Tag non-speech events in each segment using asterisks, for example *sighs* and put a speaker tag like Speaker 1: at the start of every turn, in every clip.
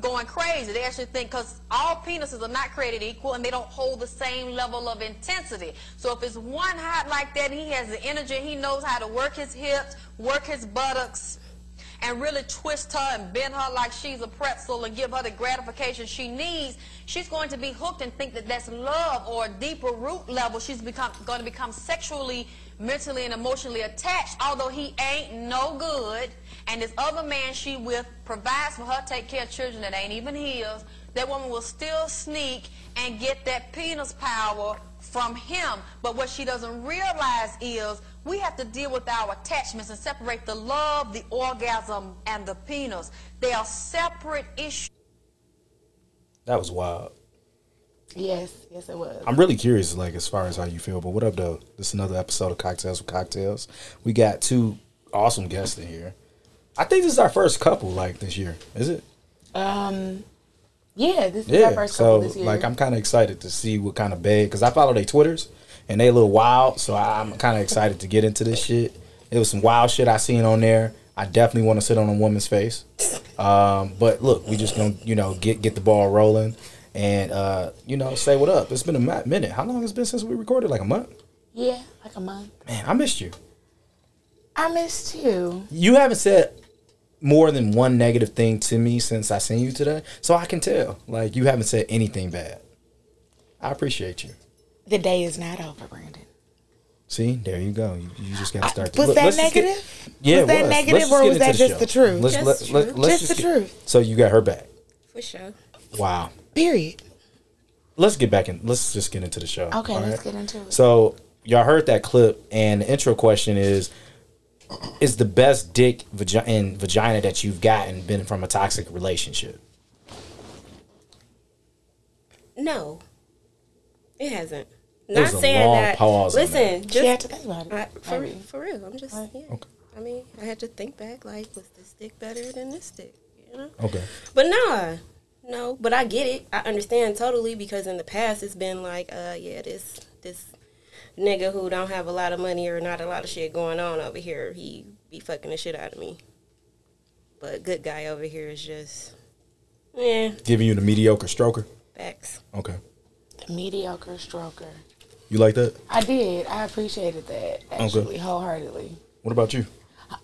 Speaker 1: going crazy. They actually think because all penises are not created equal and they don't hold the same level of intensity. So if it's one hot like that, he has the energy. He knows how to work his hips, work his buttocks, and really twist her and bend her like she's a pretzel and give her the gratification she needs. She's going to be hooked and think that that's love or a deeper root level. She's become going to become sexually, mentally, and emotionally attached. Although he ain't no good and this other man she with provides for her, take care of children that ain't even his, that woman will still sneak and get that penis power from him. But what she doesn't realize is we have to deal with our attachments and separate the love, the orgasm, and the penis. They are separate issues.
Speaker 2: That was wild.
Speaker 3: Yes, yes, it was.
Speaker 2: I'm really curious, like as far as how you feel. But what up, though? This is another episode of Cocktails with Cocktails. We got two awesome guests in here. I think this is our first couple like this year. Is it?
Speaker 3: Um, yeah, this is
Speaker 2: Yeah.
Speaker 3: our first
Speaker 2: so
Speaker 3: couple this year.
Speaker 2: like, I'm kind of excited to see what kind of bag because I follow their twitters and they a little wild. So I- I'm kind of excited to get into this shit. It was some wild shit I seen on there. I definitely want to sit on a woman's face. Um, but look, we just gonna you know get get the ball rolling and uh, you know say what up. It's been a mi- minute. How long has it been since we recorded? Like a month.
Speaker 3: yeah, like a month.
Speaker 2: Man, I missed you.
Speaker 3: I missed you.
Speaker 2: You haven't said more than one negative thing to me since I seen you today, so I can tell. Like you haven't said anything bad. I appreciate you.
Speaker 3: The day is not over, Brandon.
Speaker 2: See, there you go. You, you just got to start.
Speaker 3: was
Speaker 2: Look,
Speaker 3: that
Speaker 2: let's just get-
Speaker 3: negative?
Speaker 2: yeah,
Speaker 3: Was that
Speaker 2: it Let's
Speaker 3: negative
Speaker 2: just
Speaker 3: or
Speaker 2: get
Speaker 3: was
Speaker 2: into
Speaker 3: that just
Speaker 2: show.
Speaker 3: the truth?
Speaker 2: Let's,
Speaker 4: Just
Speaker 2: let,
Speaker 4: the
Speaker 2: let-
Speaker 4: truth.
Speaker 2: let's
Speaker 3: Just the
Speaker 2: get-
Speaker 3: truth.
Speaker 2: So you got her back.
Speaker 4: For sure.
Speaker 2: Wow.
Speaker 3: Period.
Speaker 2: Let's get back in. Let's just get into the show.
Speaker 3: Okay,
Speaker 2: all
Speaker 3: let's
Speaker 2: right?
Speaker 3: get into it.
Speaker 2: So y'all heard that clip, and the intro question is: Is the best dick vagi- and vagina that you've gotten been from a toxic relationship?
Speaker 4: No, it hasn't.
Speaker 2: There's a
Speaker 4: Not saying
Speaker 2: long
Speaker 4: that.
Speaker 2: pause on
Speaker 4: Listen,
Speaker 3: She had
Speaker 4: just
Speaker 3: to think about it.
Speaker 4: I, for,
Speaker 3: Alright.
Speaker 4: for real. I'm just. Yeah. I mean, I had to think back. Like, was this dick better than this dick? You know.
Speaker 2: Okay.
Speaker 4: But nah, no. But I get it. I understand totally because in the past it's been like, uh, yeah, this this nigga who don't have a lot of money or not a lot of shit going on over here, he be fucking the shit out of me. But good guy over here is just, yeah,
Speaker 2: Giving you the mediocre stroker.
Speaker 4: facts.
Speaker 2: Okay.
Speaker 3: The mediocre stroker.
Speaker 2: You like that?
Speaker 3: I did. I appreciated that actually wholeheartedly.
Speaker 2: What about you?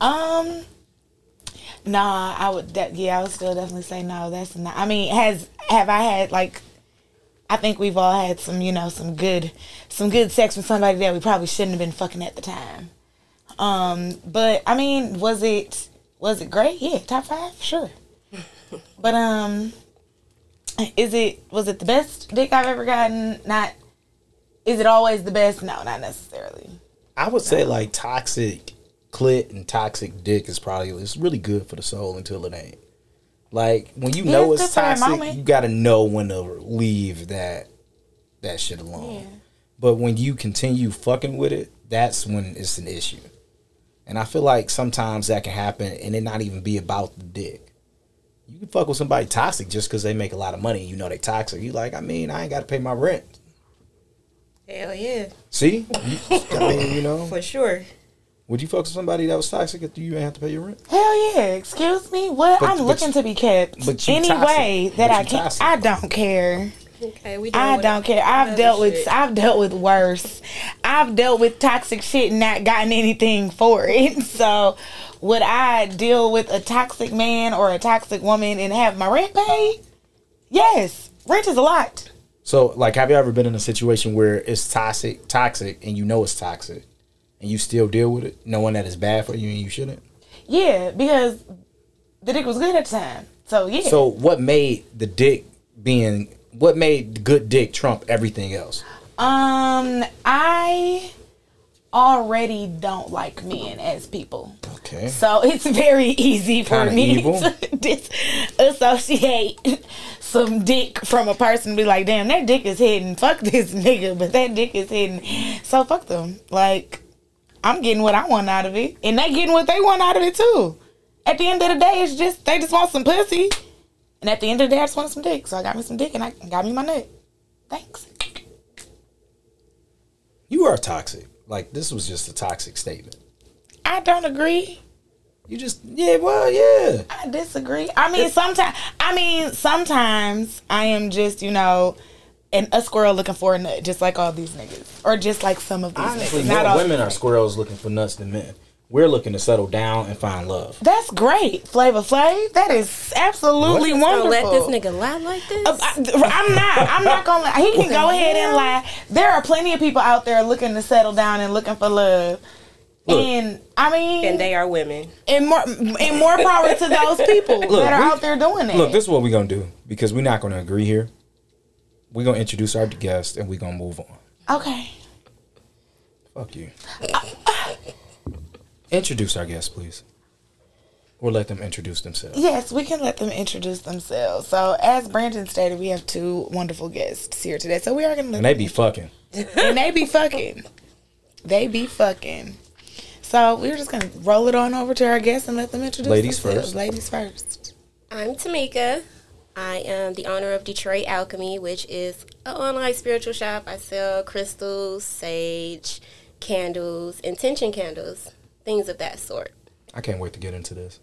Speaker 3: Um, nah, I would. That, yeah, I would still definitely say no. That's not. I mean, has have I had like? I think we've all had some, you know, some good, some good sex with somebody that we probably shouldn't have been fucking at the time. Um, but I mean, was it was it great? Yeah, top five, sure. *laughs* but um, is it was it the best dick I've ever gotten? Not. Is it always the best? No, not necessarily.
Speaker 2: I would say like toxic clit and toxic dick is probably it's really good for the soul until it ain't. Like when you
Speaker 3: Yeah,
Speaker 2: know
Speaker 3: it's
Speaker 2: it's
Speaker 3: good for that
Speaker 2: toxic,
Speaker 3: moment.
Speaker 2: you gotta know when to leave that that shit alone.
Speaker 3: Yeah.
Speaker 2: But when you continue fucking with it, that's when it's an issue. And I feel like sometimes that can happen and it not even be about the dick. You can fuck with somebody toxic just because they make a lot of money and you know they toxic. You like, I mean, I ain't gotta pay my rent.
Speaker 4: Hell yeah,
Speaker 2: See? You- I mean, you know.
Speaker 4: for sure.
Speaker 2: Would you fuck with somebody that was toxic if you didn't have to pay your rent?
Speaker 3: Hell yeah! Excuse me. What
Speaker 2: But-
Speaker 3: I'm
Speaker 2: but-
Speaker 3: looking to be kept
Speaker 2: but you
Speaker 3: any
Speaker 2: toxic.
Speaker 3: way that
Speaker 2: But
Speaker 3: I
Speaker 2: you
Speaker 3: can.
Speaker 2: toxic.
Speaker 3: I don't care.
Speaker 4: Okay, we. done
Speaker 3: I
Speaker 4: with
Speaker 3: don't care. I've
Speaker 4: other
Speaker 3: dealt with.
Speaker 4: shit.
Speaker 3: I've dealt with worse. I've dealt with toxic shit and not gotten anything for *laughs* it. So, would I deal with a toxic man or a toxic woman and have my rent paid? Yes, rent is a lot.
Speaker 2: So, like, have you ever been in a situation where it's toxic, toxic, and you know it's toxic, and you still deal with it, knowing that it's bad for you and you shouldn't?
Speaker 3: Yeah, because the dick was good at the time. So yeah.
Speaker 2: So, what made the dick being what made the good dick trump everything else?
Speaker 3: Um, I already don't like men as people.
Speaker 2: Okay,
Speaker 3: So it's very easy for
Speaker 2: Kinda
Speaker 3: me *laughs*
Speaker 2: evil.
Speaker 3: to dis- associate some dick from a person and be like, damn, that dick is hidden. Fuck this *laughs* nigga, but that dick is hidden. So fuck them. Like, I'm getting what I want out of it. And they getting what they want out of it too. At the end of the day, it's just they just want some pussy. And at the end of the day, I just want some dick. So I got me some dick and I got me my nut. Thanks.
Speaker 2: you are toxic. Like, this was just a toxic statement.
Speaker 3: I don't agree.
Speaker 2: You just yeah, well, yeah.
Speaker 3: I disagree. I mean, sometimes I mean, sometimes I am just you know, an, a squirrel looking for a nut, just like all these niggas, or just like some of these
Speaker 2: Honestly,
Speaker 3: niggas. Not
Speaker 2: more
Speaker 3: all
Speaker 2: women are squirrels looking for nuts than men. We're looking to settle down and find love.
Speaker 3: That's great, Flavor Flav. That is absolutely
Speaker 4: Don't
Speaker 3: wonderful.
Speaker 4: let this nigga lie like this.
Speaker 3: Uh, I, am not. I'm not gonna. Lie. He
Speaker 2: *laughs*
Speaker 3: can go ahead and lie. There are plenty of people out there looking to settle down and looking for love.
Speaker 2: Look.
Speaker 3: and I mean,
Speaker 4: and
Speaker 3: and,
Speaker 4: they are women.
Speaker 3: more and more power to
Speaker 2: *laughs*
Speaker 3: those people that are
Speaker 2: we-
Speaker 3: out there doing it.
Speaker 2: Look, this is what we're gonna do because we're not gonna agree here. We're gonna introduce our guest and we're gonna move on.
Speaker 3: okay.
Speaker 2: Fuck you. introduce our guest, please. Or let them introduce themselves.
Speaker 3: Yes, we can let them introduce themselves. So, as Brandon stated, we have two wonderful guests here today. So we are gonna let
Speaker 2: And they be fucking.
Speaker 3: *laughs* and they be fucking. They be fucking. So we're just gonna roll it on over to our guests and let them introduce
Speaker 2: Ladies
Speaker 3: themselves.
Speaker 2: first.
Speaker 3: Ladies first.
Speaker 4: I'm Tamika. I am the owner of Detroit Alchemy, which is an online spiritual shop. I sell crystals, sage, candles, intention candles, things of that sort.
Speaker 2: I can't wait to get into this.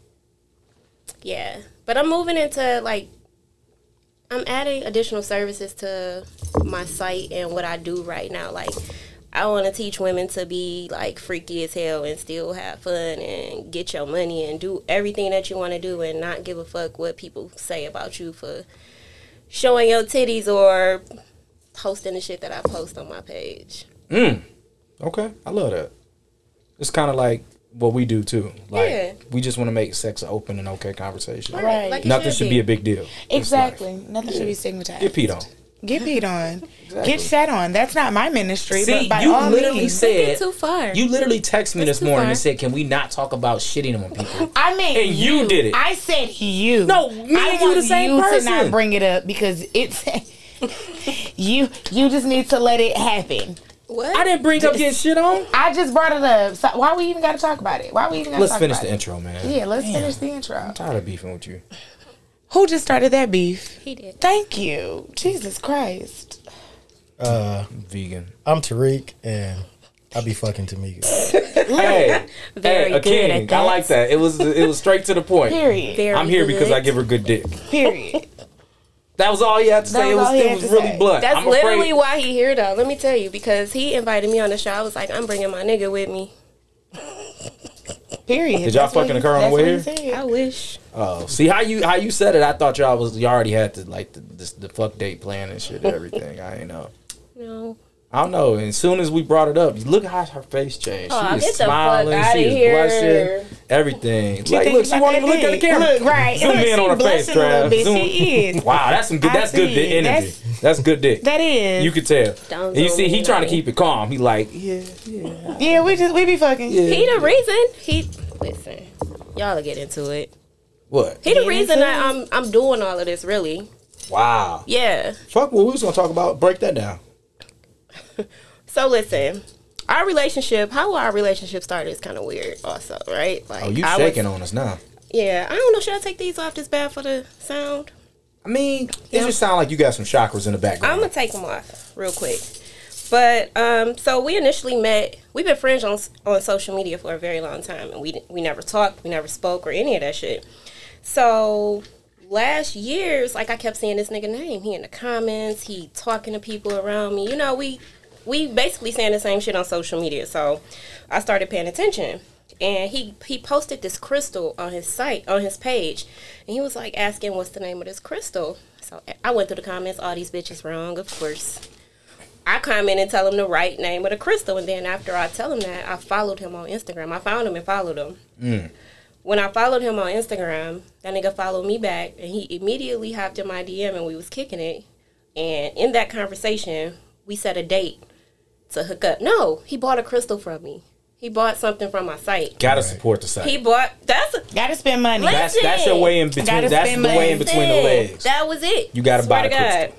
Speaker 4: Yeah. But I'm moving into like I'm adding additional services to my site and what I do right now. Like I want to teach women to be like freaky as hell and still have fun and get your money and do everything that you want to do and not give a fuck what people say about you for showing your titties or posting the shit that I post on my page.
Speaker 2: Okay, I love that. It's kind of like what we do too. Like
Speaker 4: Yeah.
Speaker 2: we just want to make sex an open and okay conversation.
Speaker 3: Right.
Speaker 4: Like it
Speaker 2: Nothing should be a big deal. It's
Speaker 3: Exactly. Nothing should be stigmatized.
Speaker 2: like, Get peed on.
Speaker 3: Get
Speaker 2: *laughs*
Speaker 3: beat on. Get shat on. That's not my ministry. but by all means.
Speaker 2: said
Speaker 4: too far.
Speaker 2: You literally texted me this
Speaker 4: too
Speaker 2: morning
Speaker 4: far.
Speaker 2: and said, "Can we not talk about shitting on people?"
Speaker 3: I mean,
Speaker 2: And you did it.
Speaker 3: I said you.
Speaker 2: No, me
Speaker 3: I
Speaker 2: and you
Speaker 3: want
Speaker 2: the same
Speaker 3: you
Speaker 2: person.
Speaker 3: To not bring it up because it's *laughs* you. You just need to let it happen.
Speaker 4: what?
Speaker 2: I didn't bring up getting shit on.
Speaker 3: I just brought it up. So why we even got to talk about it? Why we even got to
Speaker 2: Let's
Speaker 3: talk
Speaker 2: finish
Speaker 3: about
Speaker 2: the
Speaker 3: it?
Speaker 2: intro, man.
Speaker 3: Yeah, let's finish the intro.
Speaker 2: Tired of beefing with you.
Speaker 3: Who just started that beef?
Speaker 4: he did.
Speaker 3: Thank you, Jesus Christ.
Speaker 5: Uh,
Speaker 2: Vegan.
Speaker 5: I'm Tariq, and I be fucking Tamika.
Speaker 2: Hey,
Speaker 4: Very
Speaker 2: hey, a
Speaker 4: good
Speaker 2: king.
Speaker 4: at
Speaker 2: I like that. It was it was straight to the point.
Speaker 3: Period.
Speaker 4: Very
Speaker 2: I'm here because I
Speaker 4: good.
Speaker 2: give her good dick.
Speaker 3: Period.
Speaker 2: That was all he had to
Speaker 3: That
Speaker 2: say.
Speaker 3: was all he
Speaker 2: it
Speaker 3: had
Speaker 2: was, it was
Speaker 3: to
Speaker 2: really
Speaker 3: say.
Speaker 2: blunt.
Speaker 4: That's
Speaker 2: I'm afraid-
Speaker 4: literally why he here though. Let me tell you because he invited me on the show. I was like, I'm bringing my nigga with me.
Speaker 3: Period.
Speaker 2: Did y'all
Speaker 3: That's what
Speaker 2: fuck in the
Speaker 3: he-
Speaker 2: car on the
Speaker 3: that's
Speaker 2: way
Speaker 3: what he
Speaker 4: I
Speaker 3: said.
Speaker 4: wish.
Speaker 2: Oh, see how you how you said it. I thought y'all was you already had to like the, this, the fuck date plan and shit. and Everything. I ain't know.
Speaker 4: No.
Speaker 2: I don't know. And as soon as we brought it up, look how her face changed.
Speaker 4: Aw,
Speaker 2: she was
Speaker 4: get the fuck
Speaker 2: smiling.
Speaker 4: outta
Speaker 2: She was
Speaker 4: here.
Speaker 2: blushing. Everything. Like,
Speaker 3: thinking
Speaker 2: look, she
Speaker 3: about
Speaker 2: won't
Speaker 3: that
Speaker 2: even look at the
Speaker 3: dick.
Speaker 2: camera.
Speaker 3: Look, right.
Speaker 2: Zoom
Speaker 3: Look,
Speaker 2: in
Speaker 3: she
Speaker 2: on her face,
Speaker 3: blushing a little
Speaker 2: Trav.
Speaker 3: bit.
Speaker 2: Zoom.
Speaker 3: She is.
Speaker 2: Wow, that's some good.
Speaker 3: I
Speaker 2: That's good
Speaker 3: see.
Speaker 2: energy. That's, good dick.
Speaker 3: That is.
Speaker 2: you could tell.
Speaker 4: Don't
Speaker 2: and you
Speaker 4: zoom
Speaker 2: see, he
Speaker 4: in
Speaker 2: trying
Speaker 4: on
Speaker 2: to
Speaker 4: me.
Speaker 2: keep it calm. He like, yeah,
Speaker 3: yeah, we just we be fucking.
Speaker 2: yeah.
Speaker 4: He the reason. He listen. Y'all will get into it.
Speaker 2: what?
Speaker 4: He the
Speaker 3: Get
Speaker 4: reason
Speaker 3: into
Speaker 4: that I'm I'm doing all of this really.
Speaker 2: Wow.
Speaker 4: Yeah.
Speaker 2: Fuck what we was gonna talk about. Break that down.
Speaker 4: So listen. Our relationship, how our relationship started is kind of weird, also, right? Like,
Speaker 2: Oh, you
Speaker 4: I was-
Speaker 2: shaking on us now.
Speaker 4: yeah, I don't know. Should I take these off? This bad for the sound.
Speaker 2: I mean, it just sound like you got some chakras in the
Speaker 4: I'm
Speaker 2: background.
Speaker 4: gonna take them off real quick. But um, so we initially met. We've been friends on on social media for a very long time, and we we never talked, we never spoke, or any of that shit. So last year's, like I kept seeing this nigga name. He in the comments. He talking to people around me. You know, we we basically saying the same shit on social media. So I started paying attention. And he, he posted this crystal on his site, on his page. And he was like asking, what's the name of this crystal? So I went through the comments, all these bitches wrong, of course. I comment and tell him the right name of the crystal. And then after I tell him that, I followed him on Instagram. I found him and followed him. When I followed him on Instagram, that nigga followed me back and he immediately hopped in my DM and we was kicking it. And in that conversation, we set a date to hook up. No, he bought a crystal from me. He bought something from my site.
Speaker 2: Gotta support the site.
Speaker 4: He bought that's a,
Speaker 3: Gotta spend money.
Speaker 4: Let's-
Speaker 2: That's that's your way in between.
Speaker 3: Gotta
Speaker 2: That's the
Speaker 3: spend money.
Speaker 2: way in between the
Speaker 4: thing.
Speaker 2: legs.
Speaker 4: That was it.
Speaker 2: You gotta
Speaker 4: Swear
Speaker 2: buy
Speaker 4: to
Speaker 2: the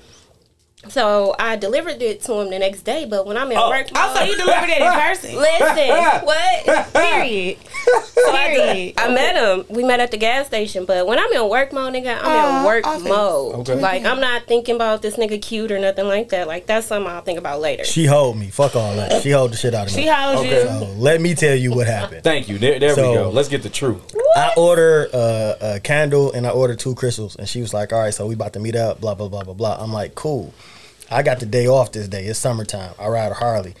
Speaker 4: God. So I delivered it to him the next day, but when I'm
Speaker 2: Oh,
Speaker 4: at work,
Speaker 3: Also, you delivered
Speaker 5: *laughs*
Speaker 3: it in
Speaker 2: *laughs*
Speaker 3: person.
Speaker 4: listen, what?
Speaker 3: Period. Period.
Speaker 4: I met him. We met at the gas station. But when I'm in work mode, nigga, I'm in
Speaker 3: Uh,
Speaker 4: work
Speaker 3: office.
Speaker 4: mode.
Speaker 2: Okay.
Speaker 4: Like I'm not thinking about this nigga cute or nothing like that. Like that's something I'll think about later.
Speaker 5: She hold me. Fuck all that. She hold the shit out of me.
Speaker 3: She holds
Speaker 2: Okay.
Speaker 3: you.
Speaker 5: So let me tell you what happened.
Speaker 2: Thank you. There, there
Speaker 5: So-
Speaker 2: we go. Let's get the truth.
Speaker 5: I order uh, a candle and I order two crystals, and she was like, "All right, so we about to meet up." Blah blah blah blah blah. I'm like, "Cool." I got the day off this day. It's summertime. I ride a Harley.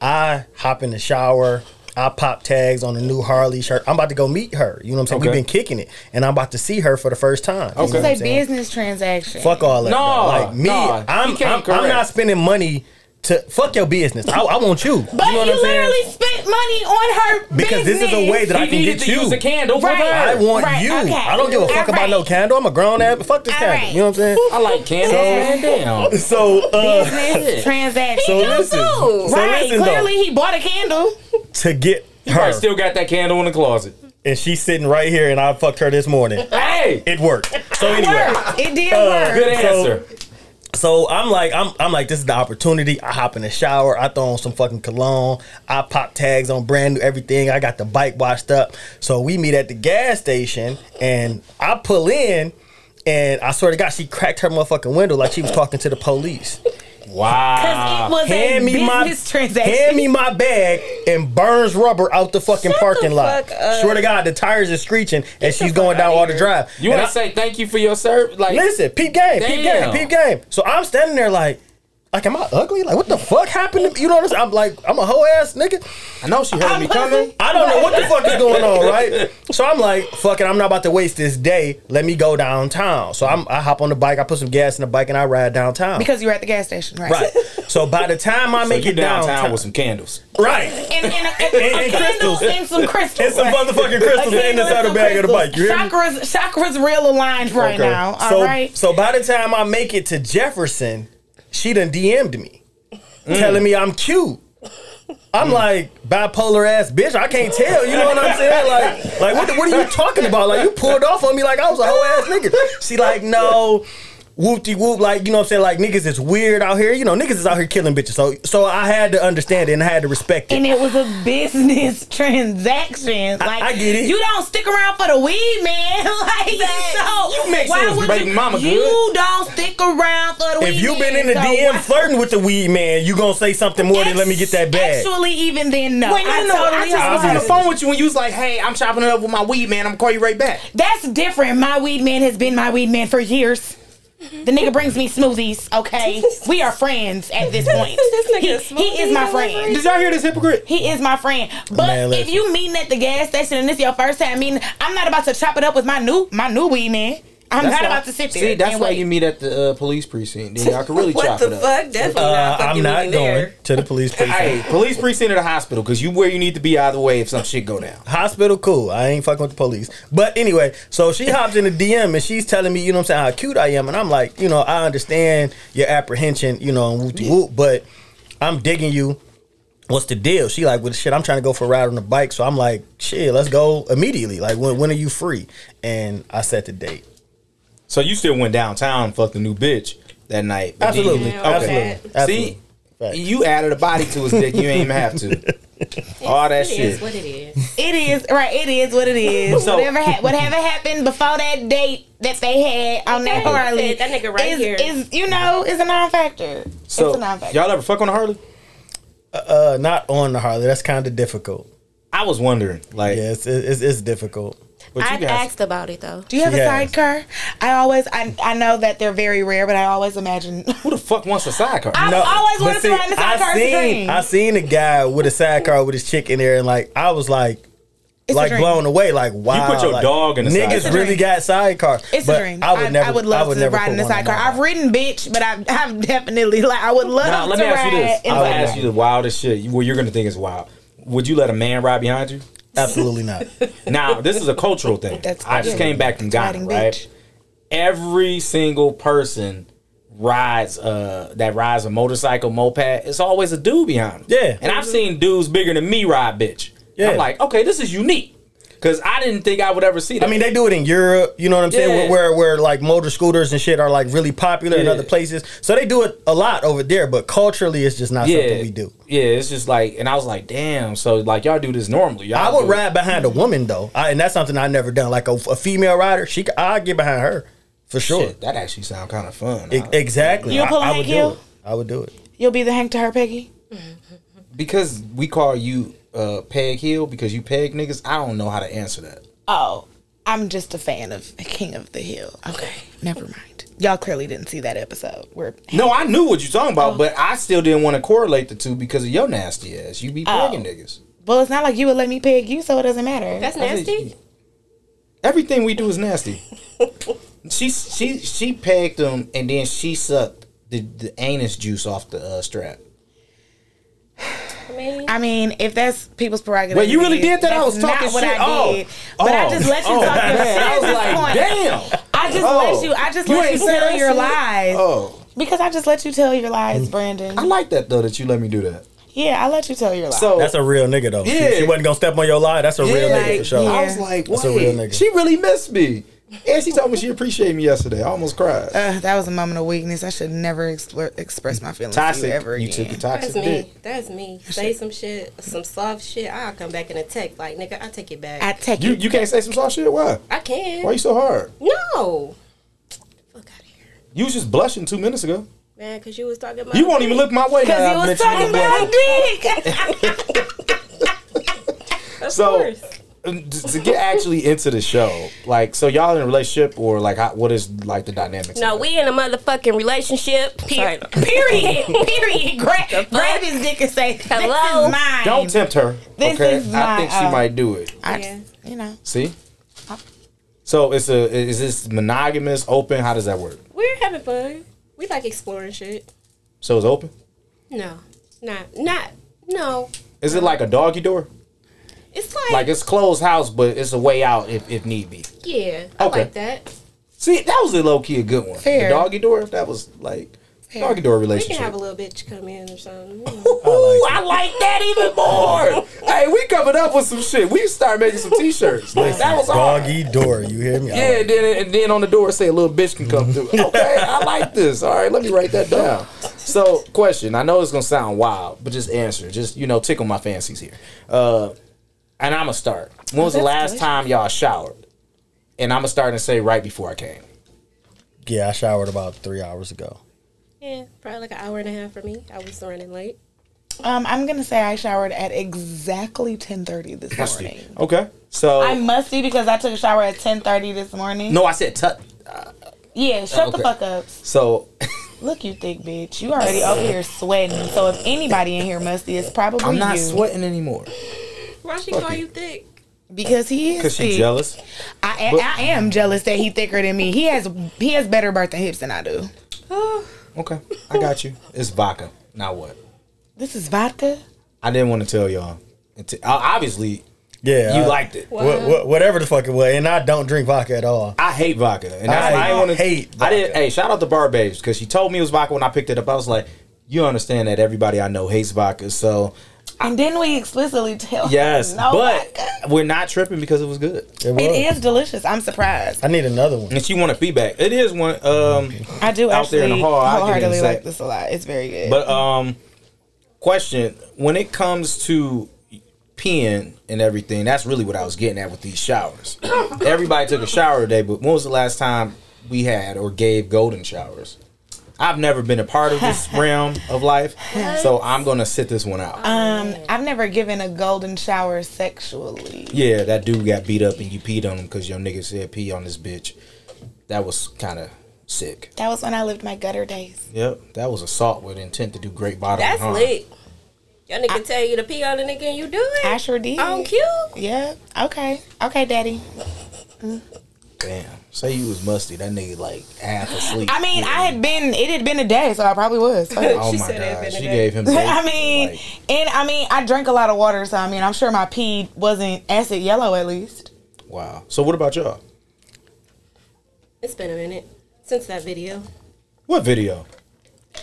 Speaker 5: I hop in the shower. I pop tags on a new Harley shirt. I'm about to go meet her. You know what I'm saying? We've
Speaker 2: Okay.
Speaker 5: been kicking it. And I'm about to see her for the first time. You know
Speaker 2: Okay.
Speaker 5: what I'm
Speaker 3: It's a
Speaker 5: saying?
Speaker 3: business transaction.
Speaker 5: Fuck all that.
Speaker 2: No,
Speaker 5: though. like me,
Speaker 2: no, he
Speaker 5: I'm,
Speaker 2: can't
Speaker 5: I'm, I'm
Speaker 2: correct.
Speaker 5: not spending money to fuck your business. I, I want you.
Speaker 3: But
Speaker 5: you know
Speaker 3: you,
Speaker 5: what I'm saying?
Speaker 3: literally spent money on her
Speaker 5: Because this is a way that I
Speaker 2: He
Speaker 5: can
Speaker 2: needed
Speaker 5: get
Speaker 2: to
Speaker 5: you.
Speaker 2: use a candle for
Speaker 3: Right.
Speaker 5: I
Speaker 2: that.
Speaker 5: want
Speaker 3: Right,
Speaker 5: you.
Speaker 3: okay.
Speaker 5: I don't give a fuck
Speaker 3: All
Speaker 5: about no
Speaker 3: right.
Speaker 5: candle. I'm a grown ass. Fuck this
Speaker 3: All
Speaker 5: candle.
Speaker 3: right.
Speaker 5: You know what I'm saying?
Speaker 2: I like candles, man. *laughs* Damn.
Speaker 5: So, uh,
Speaker 3: *laughs*
Speaker 5: *laughs*
Speaker 3: business transaction.
Speaker 5: so listen. So
Speaker 3: right.
Speaker 5: listen
Speaker 3: Clearly, he bought a candle.
Speaker 5: though. To get
Speaker 2: You probably
Speaker 5: her,
Speaker 2: still got that candle in the closet.
Speaker 5: and she's sitting right here, and I fucked her this morning.
Speaker 2: Hey,
Speaker 5: It worked. So anyway, Uh,
Speaker 3: Worked. It did
Speaker 2: good
Speaker 3: work.
Speaker 5: So-
Speaker 2: answer.
Speaker 5: so I'm like, I'm, I'm like, this is the opportunity. I hop in the shower. I throw on some fucking cologne. I pop tags on brand new everything. I got the bike washed up. So we meet at the gas station, and I pull in, and I swear to God, she cracked her motherfucking window like she was talking to
Speaker 4: *laughs*
Speaker 5: the police.
Speaker 2: Wow.
Speaker 3: it was a
Speaker 5: Ah, hand me my
Speaker 3: business transaction.
Speaker 5: hand me my bag and burns rubber out the fucking
Speaker 4: Shut
Speaker 5: parking
Speaker 4: the
Speaker 5: lot.
Speaker 4: fuck up.
Speaker 5: Swear to God, the tires are screeching and she's going
Speaker 4: fuck
Speaker 5: down
Speaker 4: outta
Speaker 5: all the
Speaker 4: here.
Speaker 5: drive.
Speaker 2: You
Speaker 5: And
Speaker 2: want to
Speaker 5: I-
Speaker 2: say thank you for your service? Like,
Speaker 5: listen, peep game, peep game,
Speaker 2: Damn.
Speaker 5: peep game. So I'm standing there like. Like, am I ugly? Like, what the fuck happened to me? You know what I'm saying? I'm like, I'm a hoe ass nigga.
Speaker 2: I know she heard me coming.
Speaker 5: I don't know what the fuck is going on, right? So I'm like, fuck it, I'm not about to waste this day. Let me go downtown. So I'm, I hop on the bike, I put some gas in the bike, and I ride downtown.
Speaker 3: Because you were at the gas station, right?
Speaker 5: right. So by the time I
Speaker 2: So
Speaker 5: make
Speaker 2: you
Speaker 5: it downtown,
Speaker 2: downtown, with some candles.
Speaker 5: right,
Speaker 3: And, and, a,
Speaker 5: And- and
Speaker 3: a candle
Speaker 5: crystals.
Speaker 3: and some crystals.
Speaker 5: It's some motherfucking crystals in the saddle bag of the bike. You hear me?
Speaker 3: Chakras, chakras real aligned right
Speaker 5: Okay.
Speaker 3: now. All right.
Speaker 5: so, So by the time I make it to Jefferson, she done DM'd me, telling me I'm cute. I'm like bipolar ass bitch. I can't tell. You know what I'm saying? Like, like what, the- what are you talking about? Like you pulled off on me like I was a whole ass nigga. She like no. Whoop de whoop, like you know what I'm saying, like niggas is weird out here. You know, niggas is out here killing bitches. So so I had to understand it and I had to respect it.
Speaker 3: and it was a business *laughs* transaction. Like
Speaker 5: I get it.
Speaker 3: You don't stick around for the weed, man. *laughs* like so,
Speaker 2: You make sense, baby mama
Speaker 3: you
Speaker 2: good.
Speaker 3: don't stick around for the weed?
Speaker 5: If you been
Speaker 3: man,
Speaker 5: in the
Speaker 3: so
Speaker 5: DM
Speaker 3: why-
Speaker 5: flirting with the weed man, you gonna say something more than let me get that bag.
Speaker 3: Actually, even then, no.
Speaker 2: Wait, no,
Speaker 3: I
Speaker 2: no, no. I
Speaker 3: totally
Speaker 2: just was on the
Speaker 3: was.
Speaker 2: phone with you when you was like, hey, I'm chopping it up with my weed, man. I'm going to call you right back.
Speaker 3: That's different. My weed man has been my weed man for years. The nigga brings me smoothies.
Speaker 2: *laughs*
Speaker 3: Okay, we are friends at this point.
Speaker 4: This nigga
Speaker 3: he,
Speaker 4: is
Speaker 3: he is
Speaker 4: smoothie
Speaker 3: my
Speaker 4: delivery.
Speaker 3: friend.
Speaker 2: Did y'all hear this hypocrite?
Speaker 3: He is my friend. But
Speaker 5: Man,
Speaker 3: if
Speaker 5: listen.
Speaker 3: you meeting at the gas station and this your first time meeting, I'm not about to chop it up with my new my new weed man. I'm not about to sit there.
Speaker 2: See, that's
Speaker 3: and
Speaker 2: why
Speaker 3: wait.
Speaker 2: you meet at the uh, police precinct. Then
Speaker 3: *laughs*
Speaker 2: y'all can really
Speaker 4: what
Speaker 2: chop
Speaker 4: the
Speaker 2: it up.
Speaker 4: fuck? Definitely
Speaker 5: Uh,
Speaker 4: not fucking
Speaker 5: I'm not
Speaker 4: even
Speaker 5: going
Speaker 4: there.
Speaker 5: to the
Speaker 4: *laughs*
Speaker 5: police precinct.
Speaker 2: Hey, police precinct or the hospital, because you where you need to be either way if some shit go down.
Speaker 5: Hospital, cool. I ain't fucking with the police. But anyway, so
Speaker 4: *laughs*
Speaker 5: she hops in the DM and she's telling me, you know what I'm saying, how cute I am. And I'm like, you know, I understand your apprehension, you know, and whoop whoop, but I'm digging you. What's the deal? She like, well, shit, I'm trying to go for a ride on the bike. So I'm like, shit, let's go immediately. Like, when, when are you free? And I set the date.
Speaker 2: So you still went downtown and fucked the new bitch that night. but then you
Speaker 5: Absolutely.
Speaker 2: didn't-
Speaker 5: Absolutely. Absolutely.
Speaker 2: See,
Speaker 5: Fact.
Speaker 2: you added a body to his dick. You ain't even have
Speaker 3: *laughs*
Speaker 2: to. All that
Speaker 4: It is
Speaker 2: shit.
Speaker 4: what it is.
Speaker 3: It is right. It is what it is.
Speaker 2: So-
Speaker 3: whatever, ha- whatever happened before that date that they had on that
Speaker 4: Okay.
Speaker 3: Harley,
Speaker 4: That nigga right
Speaker 3: is,
Speaker 4: here.
Speaker 3: is you know is a non-factor.
Speaker 2: So
Speaker 3: it's a non-factor.
Speaker 2: y'all ever fuck on a Harley?
Speaker 5: Uh, not on the Harley. That's kind of difficult.
Speaker 2: I was wondering, like,
Speaker 5: Yeah, it's, it's, it's difficult.
Speaker 2: but you
Speaker 4: I've
Speaker 2: guys,
Speaker 4: asked about it though.
Speaker 3: Do you have
Speaker 5: She
Speaker 3: a
Speaker 5: has.
Speaker 3: sidecar? I always, I, I know that they're very rare, but I always imagine. *laughs*
Speaker 2: who the fuck wants a sidecar?
Speaker 3: I always wanted
Speaker 5: but
Speaker 3: to ride in the sidecar.
Speaker 5: I
Speaker 3: It's a
Speaker 5: seen,
Speaker 3: dream.
Speaker 5: I seen a guy with a sidecar with his chick in there, and like I was like,
Speaker 3: It's a
Speaker 5: like
Speaker 3: dream.
Speaker 5: blown away. Like wow,
Speaker 2: your
Speaker 5: like,
Speaker 2: dog in the
Speaker 5: niggas
Speaker 2: sidecar.
Speaker 5: really got sidecar.
Speaker 3: It's
Speaker 5: But
Speaker 3: a dream.
Speaker 5: I would never.
Speaker 3: I would love to
Speaker 5: never
Speaker 3: ride in the
Speaker 5: put one on
Speaker 3: sidecar.
Speaker 5: my
Speaker 3: I've ridden bitch, but *laughs* I've, I've definitely like I would love
Speaker 2: Nah,
Speaker 3: to
Speaker 2: let me
Speaker 3: ride
Speaker 2: ask you this.
Speaker 3: in
Speaker 2: I'm
Speaker 3: a
Speaker 2: gonna
Speaker 5: sidecar.
Speaker 2: ask you the wildest shit. Well, you're gonna think it's wild. Would you let a man ride behind
Speaker 3: *laughs*
Speaker 2: you?
Speaker 5: Absolutely not.
Speaker 2: Now, this is a cultural thing.
Speaker 3: That's
Speaker 2: I just
Speaker 3: good.
Speaker 2: came back from Ghana,
Speaker 3: Riding
Speaker 2: right?
Speaker 3: bitch.
Speaker 2: Every single person rides uh that rides a motorcycle, moped. It's always a dude behind them.
Speaker 5: Yeah.
Speaker 2: And I've seen dudes bigger than me ride bitch.
Speaker 5: Yeah.
Speaker 2: I'm like, okay, this is unique. because I didn't think I would ever see that.
Speaker 5: I mean, they do it in Europe. You know what I'm saying?
Speaker 2: Yeah.
Speaker 5: Where, where where like motor scooters and shit are like really popular in
Speaker 2: Yeah.
Speaker 5: other places. So they do it a lot over there. But culturally, it's just not
Speaker 2: yeah,
Speaker 5: something we do.
Speaker 2: Yeah, it's just like, and I was like, damn. So like, y'all do this normally. Y'all
Speaker 5: I would
Speaker 2: do it.
Speaker 5: ride behind a woman though, I, and that's something I never done. Like a, a female rider, she c- I get behind her for sure.
Speaker 2: Shit, that actually sound kind of fun.
Speaker 5: E- exactly.
Speaker 3: You
Speaker 5: I,
Speaker 3: pull a
Speaker 5: I would
Speaker 3: Hank
Speaker 5: do it. I would do it.
Speaker 3: You'll be the Hank to her, Peggy.
Speaker 2: because we call you uh, Peg Hill because you peg niggas. I don't know how to answer that.
Speaker 3: Oh, I'm just a fan of King of the Hill. Okay, never mind. Y'all clearly didn't see that episode where
Speaker 2: No, I knew what you're talking about, but I still didn't want to correlate the two because of your nasty ass. You be pegging niggas.
Speaker 3: Well, it's not like you would let me peg you, so it doesn't matter.
Speaker 4: That's
Speaker 2: I said,
Speaker 4: nasty.
Speaker 2: Everything we do is nasty. she she she pegged him and then she sucked the, the anus juice off the uh, strap.
Speaker 4: I mean,
Speaker 3: I mean, if that's people's prerogative.
Speaker 2: Wait, you
Speaker 3: it
Speaker 2: really
Speaker 3: is.
Speaker 2: did that? I
Speaker 3: That's
Speaker 2: was talking
Speaker 3: not what
Speaker 2: shit.
Speaker 3: I did.
Speaker 2: Oh.
Speaker 3: But
Speaker 2: Oh.
Speaker 3: I just let you
Speaker 2: Oh,
Speaker 3: talk your
Speaker 2: man.
Speaker 3: shit
Speaker 2: I was
Speaker 3: at this
Speaker 2: like,
Speaker 3: point.
Speaker 2: damn.
Speaker 3: I just
Speaker 2: Oh.
Speaker 3: let you. I just
Speaker 2: You
Speaker 3: let
Speaker 2: ain't
Speaker 3: you
Speaker 2: say
Speaker 3: tell
Speaker 2: that
Speaker 3: your
Speaker 2: shit?
Speaker 3: lies.
Speaker 2: Oh,
Speaker 3: Because I just let you tell your lies, Brandon.
Speaker 2: I like that though that you let me do that.
Speaker 3: yeah, I let you tell your lies.
Speaker 2: So
Speaker 5: That's a real nigga though. She-
Speaker 2: Oh. Yeah.
Speaker 5: She, wasn't gonna step on your lie. That's a real
Speaker 2: Yeah.
Speaker 5: nigga for sure.
Speaker 2: I
Speaker 3: Yeah.
Speaker 2: was like,
Speaker 5: That's a
Speaker 2: wait,
Speaker 5: real nigga.
Speaker 2: she really missed me. And she told me she appreciated me yesterday. I almost cried.
Speaker 3: Ugh, that was a moment of weakness. I should never explore, express my feelings to you
Speaker 2: toxic.
Speaker 3: ever
Speaker 2: You,
Speaker 3: again.
Speaker 2: took the toxic
Speaker 4: that's me.
Speaker 2: dick.
Speaker 4: That's me. Say some shit, some soft shit. I'll come back and attack. Like nigga, I take it back.
Speaker 3: I
Speaker 4: I,
Speaker 3: take
Speaker 2: You
Speaker 3: it.
Speaker 2: you can't say some soft shit. Why?
Speaker 4: can.
Speaker 2: Why you so hard?
Speaker 4: No. Fuck out of here,
Speaker 2: You was just blushing two minutes ago.
Speaker 4: man. Cause you was talking about.
Speaker 2: You won't even look my way
Speaker 3: Because
Speaker 2: now.
Speaker 3: you
Speaker 2: I
Speaker 3: was
Speaker 2: bet
Speaker 3: talking
Speaker 2: won't
Speaker 3: about
Speaker 2: blush.
Speaker 3: dick.
Speaker 4: Of
Speaker 2: So-
Speaker 4: course.
Speaker 2: Um, t- to get actually into the show, like, so y'all in a relationship or like, how, what is like the dynamics?
Speaker 4: No,
Speaker 2: of
Speaker 4: we in a motherfucking relationship. Sorry.
Speaker 3: Period.
Speaker 2: *laughs*
Speaker 3: Period. Grab, grab his dick and say,
Speaker 4: Hello?
Speaker 3: This is mine.
Speaker 2: it? Don't tempt her.
Speaker 3: This
Speaker 2: okay,
Speaker 3: is
Speaker 2: I
Speaker 3: my-
Speaker 2: think she
Speaker 3: uh,
Speaker 2: might do it.
Speaker 3: I
Speaker 4: Yeah.
Speaker 3: just, you know.
Speaker 2: See. So it's a is this monogamous open? How does that work?
Speaker 4: We're having fun. We like exploring shit.
Speaker 2: So it's open.
Speaker 4: No, not not no.
Speaker 2: Is it like a doggy door?
Speaker 4: It's
Speaker 2: Like it's closed house, but it's a way out if, if need be.
Speaker 4: yeah, I
Speaker 2: Okay.
Speaker 4: like that.
Speaker 2: See, that was a low key a good one.
Speaker 3: Fair.
Speaker 2: The doggy door, that was like doggy door
Speaker 4: We can
Speaker 2: relationship.
Speaker 4: have a little bitch come in or something. *laughs* you know.
Speaker 2: Ooh, I like that even more.
Speaker 4: *laughs*
Speaker 2: hey, we coming up with some shit. We start making some t-shirts. Like, that was hard.
Speaker 5: Doggy door. You hear me? I
Speaker 2: Yeah, and then and then on the door say a little bitch can come *laughs* through. Okay, I like this. All right, let me write that down. So, question. I know it's gonna sound wild, but just answer. Just you know, tickle my fancies here. Uh, and I'm gonna start. When was the
Speaker 3: That's
Speaker 2: last
Speaker 3: good.
Speaker 2: time y'all showered? And I'm gonna start and say right before I came.
Speaker 5: Yeah, I showered about three hours ago.
Speaker 4: yeah, probably like an hour and a half for me. I was running late.
Speaker 3: Um, I'm gonna say I showered at exactly 10:30 this morning.
Speaker 2: Okay, so
Speaker 3: I must be because I took a shower at 10:30 this morning.
Speaker 2: no, I said tut.
Speaker 3: Yeah, shut
Speaker 2: Okay.
Speaker 3: the fuck up.
Speaker 2: So
Speaker 3: Look, you thick bitch. You already over here sweating. So if anybody in here musty, it's probably
Speaker 2: I'm not
Speaker 3: you.
Speaker 2: sweating anymore
Speaker 4: Why she
Speaker 2: Fuck
Speaker 4: call
Speaker 2: it.
Speaker 4: you thick?
Speaker 3: because he is
Speaker 2: because
Speaker 3: thick.
Speaker 2: she's jealous.
Speaker 3: I, I am jealous that he thicker than me. He has he has better birth and hips than I do.
Speaker 2: Okay, I got you. It's vodka. Now what?
Speaker 3: This is vodka.
Speaker 2: I didn't want to tell y'all. Until, uh, obviously,
Speaker 5: Yeah,
Speaker 2: you
Speaker 5: I-
Speaker 2: liked it.
Speaker 5: wha- wha- whatever the fuck it was. And I don't drink vodka at all.
Speaker 2: I hate vodka, and that's why I
Speaker 5: I
Speaker 2: didn't want to
Speaker 5: hate
Speaker 2: I did.
Speaker 5: vodka.
Speaker 2: Hey, shout out to Bar Babes because she told me it was vodka when I picked it up. I was like, you understand that everybody I know hates vodka, so
Speaker 3: And didn't we explicitly tell?
Speaker 2: yes.
Speaker 3: no
Speaker 2: but
Speaker 3: vodka?
Speaker 2: we're not tripping because it was good.
Speaker 5: It, was.
Speaker 3: it is delicious. I'm surprised.
Speaker 5: I need another one.
Speaker 2: And she wanted feedback. It is one. Um,
Speaker 3: I do
Speaker 2: Out
Speaker 3: actually
Speaker 2: there in the hall, I can
Speaker 3: wholeheartedly
Speaker 2: say-
Speaker 3: like this a lot. It's very good.
Speaker 2: But um, question: When it comes to peeing and everything, that's really what I was getting at with these showers. *coughs* Everybody took a shower today, but when was the last time we had or gave golden showers? I've never been a part of this realm of life, so I'm gonna sit this one out.
Speaker 3: Um, I've never given a golden shower sexually.
Speaker 2: yeah, that dude got beat up and you peed on him because your nigga said pee on this bitch. That was kind of sick.
Speaker 3: That was when I lived my gutter days.
Speaker 2: Yep, that was assault with intent to do great bodily
Speaker 4: *sighs* That's
Speaker 2: harm.
Speaker 4: lit. Y'all nigga tell you to pee on a nigga and you do it.
Speaker 3: I sure did.
Speaker 4: on cue.
Speaker 3: Yeah. Okay. Okay, Daddy.
Speaker 2: Damn, say you was musty. That nigga like half asleep.
Speaker 3: I mean, I had been. It had been a day, so I probably was. Fuck.
Speaker 2: Oh
Speaker 4: She
Speaker 2: my
Speaker 4: said it had
Speaker 2: god,
Speaker 4: been a
Speaker 2: she
Speaker 4: day.
Speaker 2: gave him.
Speaker 3: I mean,
Speaker 2: like,
Speaker 3: and I mean, I drank a lot of water, so I mean, I'm sure my pee wasn't acid yellow at least.
Speaker 2: wow. So what about y'all?
Speaker 4: It's been a minute since that video.
Speaker 2: What video?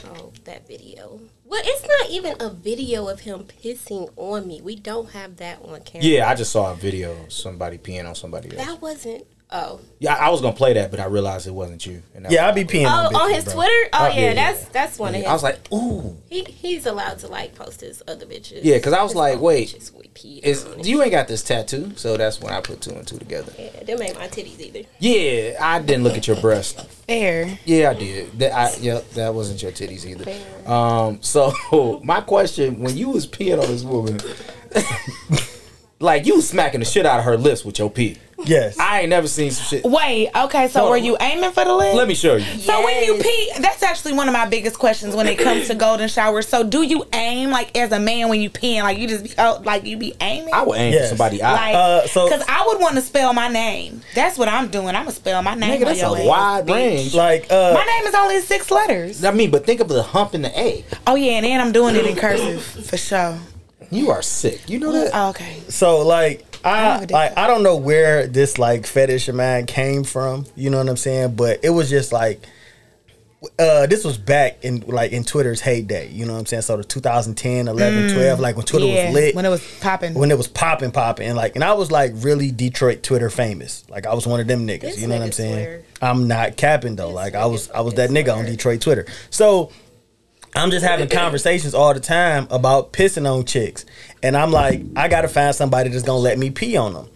Speaker 4: Oh, that video. Well, it's not even a video of him pissing on me. We don't have that on camera.
Speaker 2: Yeah, I just saw a video of somebody peeing on somebody else.
Speaker 4: That wasn't. Oh,
Speaker 2: Yeah, I was gonna play that, but I realized it wasn't you. And that
Speaker 5: Yeah,
Speaker 2: was
Speaker 5: I'll be
Speaker 2: my-
Speaker 5: peeing
Speaker 4: oh,
Speaker 5: on,
Speaker 4: on
Speaker 5: bitches,
Speaker 4: his
Speaker 5: bro.
Speaker 4: Twitter. Oh,
Speaker 2: Oh,
Speaker 4: yeah,
Speaker 2: yeah,
Speaker 4: that's that's one
Speaker 2: Yeah,
Speaker 4: of
Speaker 2: I
Speaker 4: his.
Speaker 2: was like, ooh,
Speaker 4: he he's allowed to like post his other bitches.
Speaker 2: Yeah, 'cause I was
Speaker 4: His
Speaker 2: like,
Speaker 4: own
Speaker 2: wait,
Speaker 4: bitches we peed
Speaker 2: is
Speaker 4: on.
Speaker 2: you ain't got this tattoo? So that's when I put two and two together.
Speaker 4: Yeah, them ain't my titties either.
Speaker 2: Yeah, I didn't look at your breast.
Speaker 3: There.
Speaker 2: Yeah, I did. That I yeah, that wasn't your titties either. Um, so *laughs* my question, when you was peeing on this woman, *laughs* like you was smacking the shit out of her lips with your pee.
Speaker 5: Yes.
Speaker 2: I ain't never seen some shit.
Speaker 3: Wait. Okay. So
Speaker 2: Hold
Speaker 3: were
Speaker 2: on.
Speaker 3: you aiming for the lip?
Speaker 2: Let me show you.
Speaker 3: So when you
Speaker 4: Yes.
Speaker 3: pee, that's actually one of my biggest questions when it comes to golden showers. So do you aim like as a man when you peeing, like you just be oh, like you be aiming?
Speaker 2: I would aim for
Speaker 5: Yes.
Speaker 2: somebody. I,
Speaker 3: like,
Speaker 5: Uh, so-
Speaker 3: cause I would want to spell my name. That's what I'm doing. I'm gonna spell my name.
Speaker 2: nigga,
Speaker 3: on
Speaker 2: that's
Speaker 3: your
Speaker 2: a
Speaker 3: ass,
Speaker 2: wide
Speaker 3: bitch.
Speaker 2: range.
Speaker 5: like uh
Speaker 3: My name is only six letters.
Speaker 2: I mean, but think of the hump in the A.
Speaker 3: Oh yeah, and then I'm doing it in cursive for sure.
Speaker 2: You are sick. You know that?
Speaker 3: Oh, okay.
Speaker 5: so like I
Speaker 3: have a dick.
Speaker 5: like I don't know where this like fetish of mine came from, you know what I'm saying? But it was just like uh, this was back in like in Twitter's heyday, you know what I'm saying? So the 2010, 11, 12, like when Twitter
Speaker 3: yeah,
Speaker 5: was lit.
Speaker 3: when it was popping.
Speaker 5: when it was popping, popping, and like, and I was like really Detroit Twitter famous. Like I was one of them niggas.
Speaker 4: This
Speaker 5: you know what
Speaker 4: nigga
Speaker 5: I'm saying?
Speaker 4: swear.
Speaker 5: I'm not capping though.
Speaker 4: This
Speaker 5: like I was,
Speaker 4: nigga
Speaker 5: I was that nigga on
Speaker 4: swear.
Speaker 5: Detroit Twitter. So I'm just having conversations all the time about pissing on chicks, and I'm like, I gotta find somebody that's gonna let me pee on them,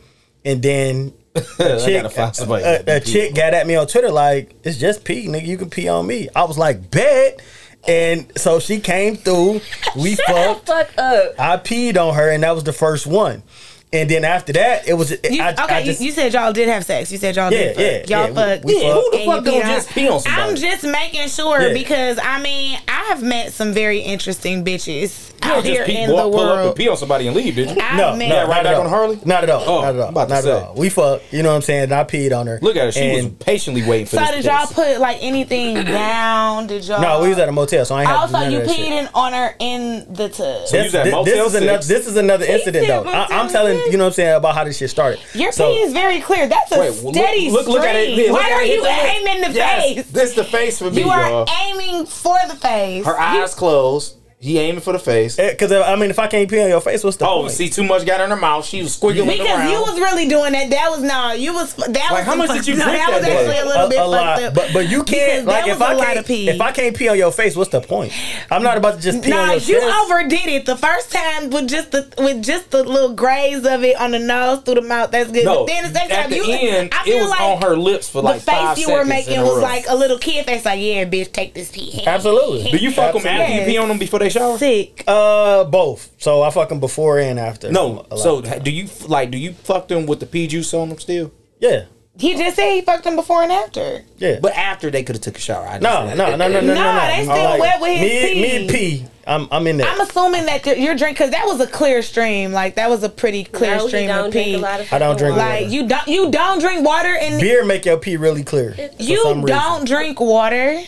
Speaker 5: and then. A
Speaker 2: I
Speaker 5: chick,
Speaker 2: gotta find somebody that
Speaker 5: a- a
Speaker 2: can pee.
Speaker 5: chick got at me on Twitter like, "It's just pee, nigga. You can pee on me." I was like, "Bet," and so she came through.
Speaker 3: *laughs*
Speaker 5: We fucked.
Speaker 4: Fuck up.
Speaker 5: I peed on her, and that was the first one. And then after that, it was.
Speaker 3: You-
Speaker 5: I,
Speaker 3: okay,
Speaker 5: I
Speaker 3: you-
Speaker 5: just,
Speaker 3: you, said y'all did have sex. You said y'all
Speaker 5: Yeah,
Speaker 3: did. Fuck. y'all
Speaker 5: yeah, yeah, we-
Speaker 3: fucked.
Speaker 5: we
Speaker 2: Yeah, who the
Speaker 3: And
Speaker 2: fuck
Speaker 3: you
Speaker 2: don't
Speaker 3: peed on-
Speaker 2: just pee on somebody?
Speaker 3: I'm just making sure
Speaker 5: Yeah.
Speaker 3: because I mean I have met some very interesting bitches
Speaker 2: You don't
Speaker 3: out here
Speaker 2: pee,
Speaker 3: in
Speaker 2: boy,
Speaker 3: the
Speaker 2: pull up and
Speaker 3: world.
Speaker 2: pee on somebody and leave, did you?
Speaker 3: I've
Speaker 5: no, no,
Speaker 3: met-
Speaker 5: not
Speaker 2: right
Speaker 5: at
Speaker 2: back
Speaker 5: all.
Speaker 2: on Harley?
Speaker 5: Not at all.
Speaker 2: Oh,
Speaker 5: not at all.
Speaker 2: I'm about to
Speaker 5: not
Speaker 2: say.
Speaker 5: at all. We fucked. You know what I'm saying? And I peed on her.
Speaker 2: Look at her. She was
Speaker 5: and
Speaker 2: patiently waiting for
Speaker 3: So
Speaker 2: this.
Speaker 3: did y'all
Speaker 2: piss.
Speaker 3: put like anything
Speaker 2: *clears throat*
Speaker 3: down? Did y'all?
Speaker 5: No, we was at a motel, so I ain't have to
Speaker 3: Also,
Speaker 5: do
Speaker 3: Oh,
Speaker 5: none
Speaker 3: you
Speaker 5: of that
Speaker 3: peed
Speaker 5: shit.
Speaker 3: in on her in the tub.
Speaker 2: So Oh, you was at
Speaker 5: thi-
Speaker 2: Motel
Speaker 5: is another.
Speaker 2: Six.
Speaker 5: This is another incident
Speaker 4: said
Speaker 5: though. I,
Speaker 4: Motel
Speaker 5: I'm telling
Speaker 4: Six.
Speaker 5: you know what I'm saying about how this shit started.
Speaker 3: Your
Speaker 5: So-
Speaker 3: pee is very clear. That's a
Speaker 2: Wait, well, look-
Speaker 3: steady
Speaker 2: look- look at it.
Speaker 3: stream.
Speaker 2: Yeah, look
Speaker 3: Why
Speaker 2: at
Speaker 3: are
Speaker 2: it.
Speaker 3: you aiming the
Speaker 2: Yes,
Speaker 3: face?
Speaker 2: This the face for me,
Speaker 3: You are
Speaker 2: y'all.
Speaker 3: aiming for the face.
Speaker 2: Her eyes closed. He aiming for the face.
Speaker 5: Because eh, I mean, if I can't pee on your face, what's the
Speaker 2: Oh,
Speaker 5: point?
Speaker 2: see, too much got in her mouth. She was squiggling
Speaker 3: Because
Speaker 2: around.
Speaker 3: you was really doing that. That was no. You was that was
Speaker 2: how
Speaker 3: some
Speaker 2: much
Speaker 3: fuck-
Speaker 2: did you
Speaker 3: no,
Speaker 2: drink
Speaker 3: That was
Speaker 2: that day?
Speaker 3: actually a little bit fucked up.
Speaker 5: But but you
Speaker 3: Because
Speaker 5: can't
Speaker 3: that
Speaker 5: like
Speaker 3: was
Speaker 5: if
Speaker 3: a
Speaker 5: I
Speaker 3: lot
Speaker 5: can't
Speaker 3: of pee.
Speaker 5: if I can't pee on your face, what's the point? I'm not about to just pee on
Speaker 3: Nah,
Speaker 5: your
Speaker 3: you
Speaker 5: chest.
Speaker 3: overdid it the first time with just the with just the little graze of it on the nose through the mouth. That's good.
Speaker 2: no,
Speaker 3: but then the second
Speaker 2: at
Speaker 3: time
Speaker 2: the
Speaker 3: you,
Speaker 2: end,
Speaker 3: I feel
Speaker 2: it was
Speaker 3: like
Speaker 2: on her lips for
Speaker 3: the
Speaker 2: like five
Speaker 3: face you were
Speaker 2: seconds in
Speaker 3: making
Speaker 2: a
Speaker 3: was
Speaker 2: row.
Speaker 3: like a little kid face. Like, yeah, bitch, take this pee.
Speaker 5: Absolutely.
Speaker 2: Do you fuck them
Speaker 5: Absolutely.
Speaker 2: after you
Speaker 3: Yes.
Speaker 2: pee on them before they shower?
Speaker 3: sick?
Speaker 5: Uh, both. So I fuck them before and after.
Speaker 2: No.
Speaker 5: A lot.
Speaker 2: So ha- do you f- like do you fuck them with the pee juice on them still?
Speaker 5: yeah,
Speaker 3: He just said he fucked him before and after.
Speaker 5: yeah.
Speaker 2: But after they could have took a shower. I
Speaker 5: no,
Speaker 2: understand.
Speaker 5: no, no, no, no, no,
Speaker 3: Nah,
Speaker 5: no.
Speaker 3: they still
Speaker 5: Like,
Speaker 3: wet with his
Speaker 5: me,
Speaker 3: pee.
Speaker 5: Me and pee. I'm, I'm in there.
Speaker 3: I'm assuming that your- your drink, because that was a clear stream. Like that was a pretty clear
Speaker 4: No, he
Speaker 3: stream
Speaker 4: don't
Speaker 3: of
Speaker 4: drink
Speaker 3: pee.
Speaker 4: a lot of.
Speaker 5: I don't drink
Speaker 4: fucking
Speaker 5: a lot.
Speaker 4: water.
Speaker 3: like you don't you don't drink water and
Speaker 5: Beer make your pee really clear. for
Speaker 3: you
Speaker 5: some
Speaker 3: don't
Speaker 5: reason.
Speaker 3: drink water.